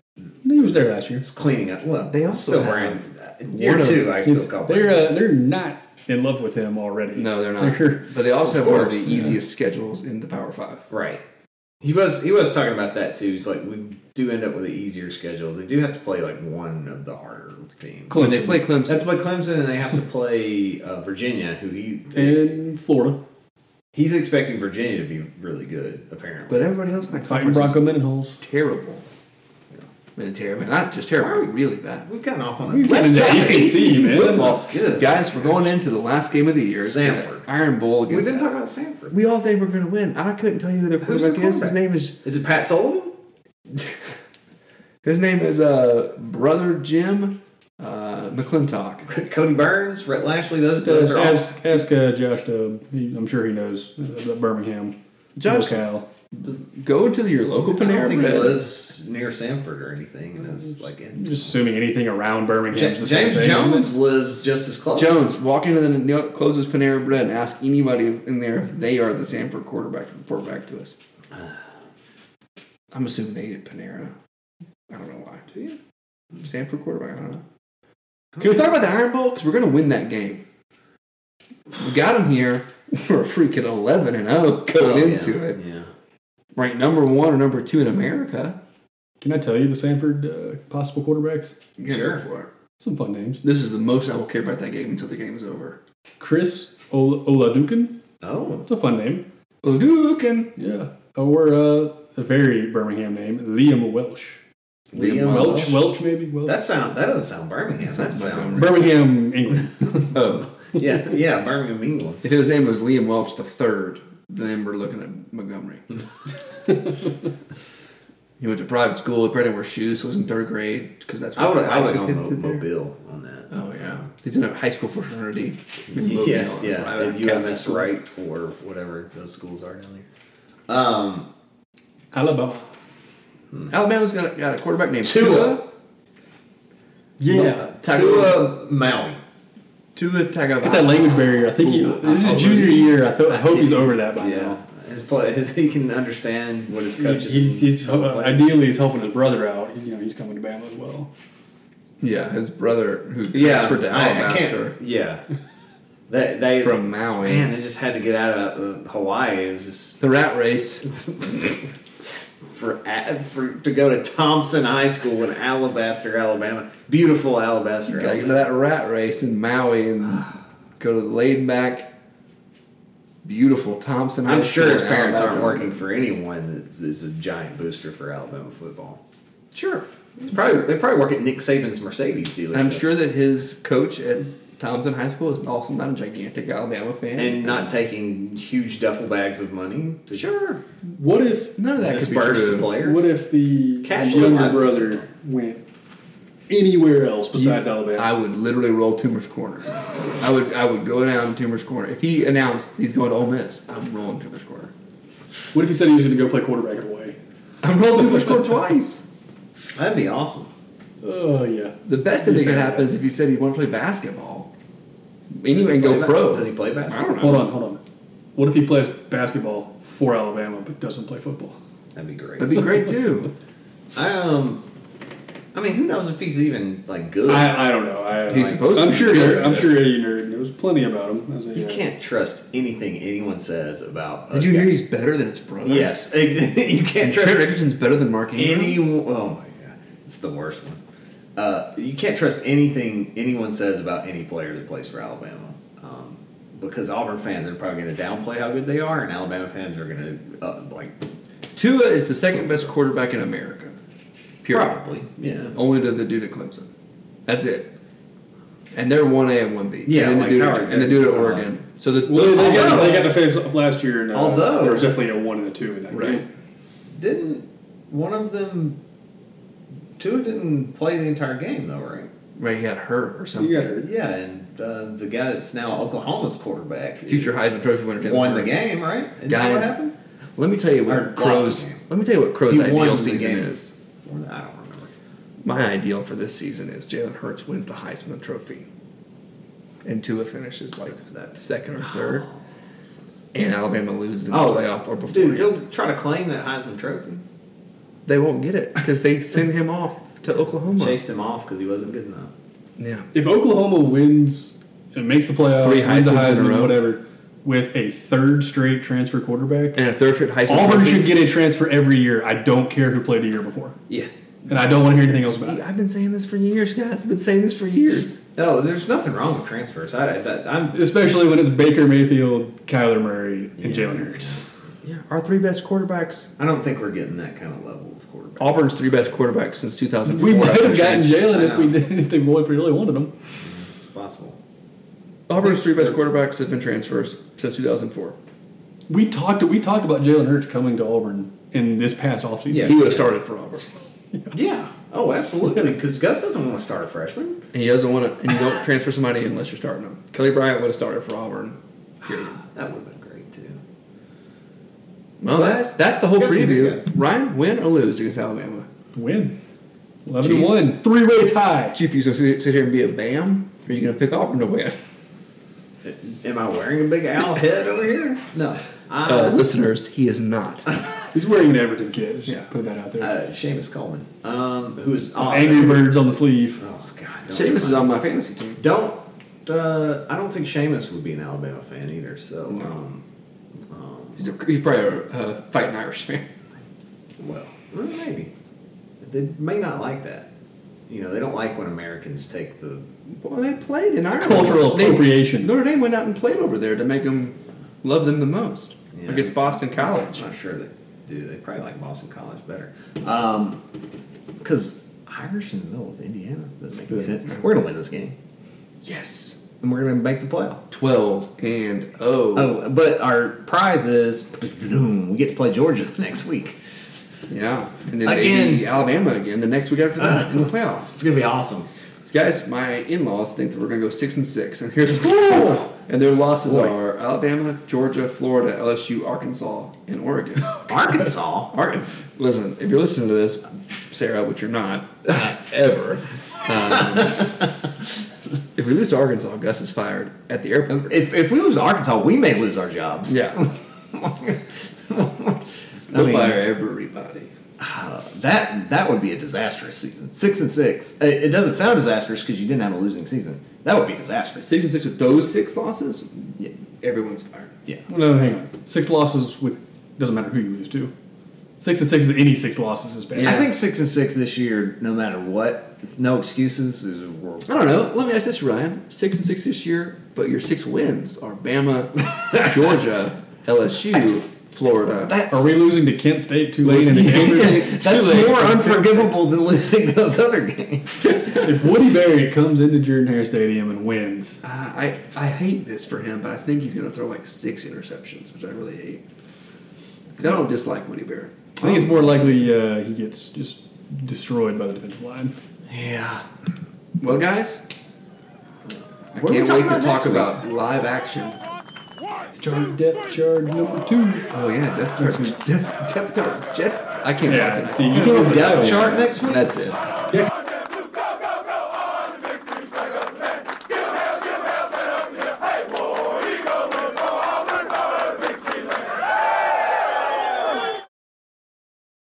S10: He was there last year.
S7: It's cleaning up. Well,
S5: They
S7: they
S5: also
S7: also still
S5: have
S7: Brand. Year
S5: one of-
S7: two, I still
S10: He's-
S7: call
S10: they're
S7: Brand.
S10: uh, they're not in love with him already.
S5: No, they're not.
S10: They're-
S5: But they also
S7: Of
S5: have one of the
S7: course, yeah.
S5: easiest schedules in the Power Five.
S7: right. He was he was talking about that too. He's like, we do end up with an easier schedule. They do have to play like one of the harder teams.
S5: When they play
S7: They have
S5: Clemson,
S7: to play Clemson, and they have to play uh, Virginia, who he
S10: in Florida,
S7: he's expecting Virginia to be really good. Apparently,
S5: but everybody else in that
S10: fighting
S5: conference is
S10: Bronco Mendenhalls.
S5: terrible. I mean, terrible. Not just terrible, really bad.
S7: we've gotten off on a
S10: Let's
S5: Let's
S10: talk
S5: talk
S10: ACC, man.
S5: football.
S7: Good.
S5: Guys, we're going into the last game of the year. It's the
S7: Sanford.
S5: Iron Bowl
S7: We
S5: against.
S7: didn't talk about Sanford.
S5: We all think we're going to win. I couldn't tell you who their
S7: Who's their
S5: quarterback is. His
S7: quarterback?
S5: name is
S7: Is it Pat Sullivan?
S5: his name is uh brother Jim uh, McClintock.
S7: Cody Burns, Rhett Lashley. Those, those are all.
S10: Ask, ask uh, Josh Dubb. He, I'm sure he knows uh, the Birmingham.
S5: Josh
S10: Cal.
S5: Go to your local
S7: I
S5: Panera
S7: don't think he
S5: Bread.
S7: lives near Sanford or anything, and is like in.
S10: Just assuming anything around Birmingham.
S7: James, Jones lives just as close.
S5: Jones, walk into the n- closest Panera Bread and ask anybody in there if they are the Sanford quarterback to report back to us. I'm assuming they ate at Panera. I don't know why. Do you? Sanford quarterback, I don't know. Can we talk about the Iron Bowl? Because we're going to win that game. We got them here. We're freaking 11 and 0
S7: Oh,
S5: going
S7: yeah,
S5: into it.
S7: Yeah.
S5: Ranked number one or number two in America.
S10: Can I tell you the Sanford uh, possible quarterbacks?
S5: Yeah,
S7: Sure.
S5: go for it.
S10: Some fun names.
S5: This is the most I will care about that game until the game is over.
S10: Chris Ola- Oladukin.
S7: Oh,
S10: It's a fun name.
S5: Lucan.
S10: Yeah. Or uh, a very Birmingham name, Liam Welch.
S7: Liam
S10: Welch,
S7: Welch.
S10: Welch maybe. Welch.
S7: uh, That sound that doesn't sound Birmingham. That
S5: Sounds like
S7: sounds
S10: Birmingham, England.
S5: Oh.
S7: yeah yeah Birmingham England.
S5: If his name was Liam Welch the third, then we're looking at Montgomery. he went to private school. He probably didn't wear shoes. So he was in third grade because that's
S7: I would
S5: the
S7: I would
S5: high school
S7: go
S5: kids did there.
S7: Mobile on that.
S5: Oh yeah, he's in a high school fraternity.
S7: Yes,
S5: Mobile,
S7: yeah,
S5: private
S7: and
S5: Catholic
S7: UMS
S5: school.
S7: Wright or whatever those schools are down there. Um,
S10: Alabama.
S5: Alabama's got, got a quarterback named Tua.
S7: Tua.
S10: Yeah.
S7: Tua Maui.
S5: Tua Tagovailoa.
S10: Got that language barrier. I think he, this is junior year. I, th- I hope he's over that by
S7: Oh, Yeah,
S10: now.
S7: his play, his, he can understand what his coaches.
S10: He's, he's,
S7: and
S10: uh,
S7: players-
S10: ideally, he's helping his brother out. He's, you know, he's coming to Bama as well.
S5: Yeah, his brother who
S7: yeah,
S5: transferred to
S7: I, I
S5: Alabaster
S7: can't. Yeah, they, they
S5: from Maui.
S7: man, they just had to get out of uh, Hawaii. It was just
S5: The rat race.
S7: for, a- for to go to Thompson High School in Alabaster, Alabama. Beautiful Alabaster,
S5: Gotta get to
S7: Alabama.
S5: that rat race in Maui and go to the laid back, beautiful Thompson. High
S7: I'm sure
S5: School
S7: his
S5: in
S7: parents aren't
S5: Alabama.
S7: working for anyone that is a giant booster for Alabama football.
S5: Sure.
S7: It's probably they probably work at Nick Saban's Mercedes dealer.
S5: I'm sure that his coach at Thompson High School is also not a gigantic Alabama fan.
S7: and not taking huge duffel bags of money to
S5: sure.
S4: What if
S5: None of that
S7: disperse
S5: could
S7: to
S5: be true.
S7: players.
S4: what if the
S7: Casually,
S4: younger
S7: I'd
S4: brother
S7: listen.
S4: went anywhere else besides Alabama?
S5: I would literally roll Toomer's corner. I would I would go down Toomer's corner. If he announced he's going to Ole Miss, I'm rolling Toomer's corner.
S4: what if he said he was going to go play quarterback at Hawaii?
S5: I'm rolling Toomer's corner twice.
S7: That'd be awesome.
S4: Oh yeah.
S5: The best thing that could happen is if he said he wanted to play basketball. Anyway, and
S7: Does he
S5: go
S7: play
S5: pro.
S7: ba- Does he play
S5: I
S7: basketball?
S5: don't know.
S4: Hold on, hold on. What if he plays basketball for Alabama but doesn't play football?
S7: That'd be great.
S5: That'd be great too.
S7: I, um, I mean, who knows if he's even like good?
S4: I, I don't know. I,
S5: He's
S4: I-
S5: supposed
S4: I'm
S5: to be
S4: sure.
S5: good.
S4: I'm sure you nerd. There was plenty about him. As a,
S7: you
S4: uh,
S7: can't trust anything anyone says about.
S5: Did you hear he's better than his brother?
S7: Yes, you
S5: And Trent
S7: can't trust
S5: Richardson's better than Mark Ingram?
S7: any. Oh my god, it's the worst one. Uh, you can't trust anything anyone says about any player that plays for Alabama. Um, because Auburn fans are probably going to downplay how good they are, and Alabama fans are going to uh, like
S5: Tua is the second best quarterback in America. Period.
S7: probably, yeah,
S5: Only to the dude at Clemson. That's it. And they're one A and one B.
S7: Yeah,
S5: and then
S7: like
S5: the dude,
S7: Howard
S5: and the dude at
S7: did.
S5: Oregon. So the
S4: Well, they, got,
S7: Although-
S4: they got to face off last year, and uh,
S7: Although-
S4: there was definitely a one and a two in that
S5: right.
S4: game.
S7: Didn't one of them? Tua didn't play the entire game though, right?
S5: Right, he got hurt or something.
S4: You got hurt.
S7: Yeah, and uh, the guy that's now Oklahoma's quarterback
S5: Future Heisman Trophy winner Jalen
S7: won the
S5: Hurts.
S7: game, right? Isn't that what
S5: Guys,
S7: happened?
S5: let me tell you
S7: Or
S5: what
S7: lost
S5: Crow's
S7: the game.
S5: let me tell you what Crow's
S7: He won
S5: ideal
S7: the
S5: season
S7: game.
S5: is.
S7: I don't remember.
S5: My ideal for this season is Jalen Hurts wins the Heisman Trophy, and Tua finishes like
S7: That-
S5: second or third, and Alabama loses in the
S7: Oh,
S5: playoff or before.
S7: Dude, they'll try to claim that Heisman Trophy.
S5: They won't get it because they send him off to Oklahoma.
S7: Chased him off because he wasn't good enough.
S5: Yeah,
S4: If Oklahoma wins, it makes the playoffs,
S5: Three
S4: wins the
S5: Heismans in a
S4: Heisman,
S5: row.
S4: whatever, with a third straight transfer quarterback.
S5: and a third straight Heisman.
S4: Auburn
S5: Trophy-
S4: should get a transfer every year. I don't care who played the year before,
S7: Yeah.
S4: and I don't want to hear anything else about it.
S5: I've been saying this for years, guys. I've been saying this for years.
S7: No, Oh, there's nothing wrong with transfers. I, I that, I'm
S4: Especially when it's Baker Mayfield, Kyler Murray, and Jalen Hurts.
S5: Yeah, our three best quarterbacks.
S7: I don't think we're getting that kind of level of quarterback.
S5: Auburn's three best quarterbacks since 2004.
S4: We might have gotten
S5: Transfer.
S4: Jalen if
S7: I
S4: we
S7: know.
S4: did, if they really really wanted him.
S7: It's possible.
S5: Auburn's three best quarterbacks have been transfers since 2004.
S4: We talked we talked about Jalen Hurts coming to Auburn in this past offseason.
S7: Yeah.
S5: He would have started for Auburn.
S7: Yeah. Oh, absolutely. Because Gus doesn't want to start a freshman.
S5: And he doesn't want to, and you don't transfer somebody unless you're starting them. Kelly Bryant would have started for Auburn. Period.
S7: That would have been great too.
S5: Well, that's that's the whole
S7: Guess who
S5: preview.
S7: guessed?
S5: Ryan, win or lose against Alabama?
S10: Win. 11
S5: Chief.
S10: to 1. Three way tie.
S5: Chief, you gonna sit sit here and be a bam? Or are you gonna pick Auburn to win?
S7: Am I wearing a big owl head over here? No. I,
S5: Uh, listeners, he is not.
S10: He's wearing an Everton kit. Just
S5: Yeah.
S10: put that out there.
S7: uh, Seamus Coleman, um, who's
S4: Uh,
S7: oh,
S10: Angry Birds on the sleeve.
S7: Oh God, don't
S5: Seamus is on my fantasy team.
S7: Don't. Uh, I don't think Seamus would be an Alabama fan either. So, um,
S5: He's, a, he's probably a uh, fighting Irish fan.
S7: well, well, maybe they may not like that. You know, they don't like when Americans take the.
S5: Well, they played in Ireland.
S10: cultural
S5: They-
S10: appropriation.
S5: Notre Dame went out and played over there to make them love them the most
S7: Yeah.
S5: against Boston College.
S7: I'm not sure they do. They probably like Boston College better. Um, because Irish in the middle of Indiana doesn't make any sense. We're gonna win this game,
S5: Yes,
S7: and we're gonna make the playoff.
S5: twelve and oh,
S7: Oh, but our prize is we get to play Georgia the next week.
S5: yeah, and then
S7: Again.
S5: maybe Alabama again the next week after that in the playoff.
S7: It's gonna be awesome.
S5: So guys, my in-laws think that we're gonna go six and six, and here's and their losses
S7: Boy.
S5: are Alabama, Georgia, Florida, LSU, Arkansas, and Oregon.
S7: Arkansas.
S5: Ar- listen, if you're listening to this, Sarah, which you're not ever. Um, if we lose to Arkansas, Gus is fired at the airport.
S7: If, if we lose to Arkansas, we may lose our jobs.
S5: Yeah,
S7: I
S5: we'll
S7: mean,
S5: fire everybody.
S7: that that would be a disastrous season. Six and six. It, it doesn't sound disastrous because you didn't have a losing season. That would be disastrous.
S5: Six and six with those six losses,
S7: Yeah.
S5: everyone's fired.
S7: Yeah.
S10: No, hang on. Six losses with doesn't matter who you lose to. Six and six with any six losses is bad.
S5: Yeah.
S7: I think six and six this year, no matter what, no excuses is a world.
S5: I don't know. Let me ask this, Ryan. Six and six this year, but your six wins are Bama, Georgia, LSU, Florida.
S7: That's
S10: Are we losing to Kent State, Tulane, and Kansas?
S7: that's more unforgivable than losing those other games.
S10: if Woody Barrett comes into Jordan Hare Stadium and wins,
S5: I, I I hate this for him, but I think he's going to throw like six interceptions, which I really hate. 'Cause I don't dislike Woody Bear.
S10: I think it's more likely uh, he gets just destroyed by the defensive line.
S7: Yeah.
S5: Well, guys, I
S7: What are we
S5: can't
S7: talking
S5: wait to talk
S7: about next week?
S5: about live action.
S10: Charge depth charge number two.
S5: Oh yeah, death chart, death, death chart, jet. I can't
S10: Yeah,
S5: talk tonight.
S10: see, you can go chart
S7: Depth chart next week.
S5: That's it.
S10: Yeah.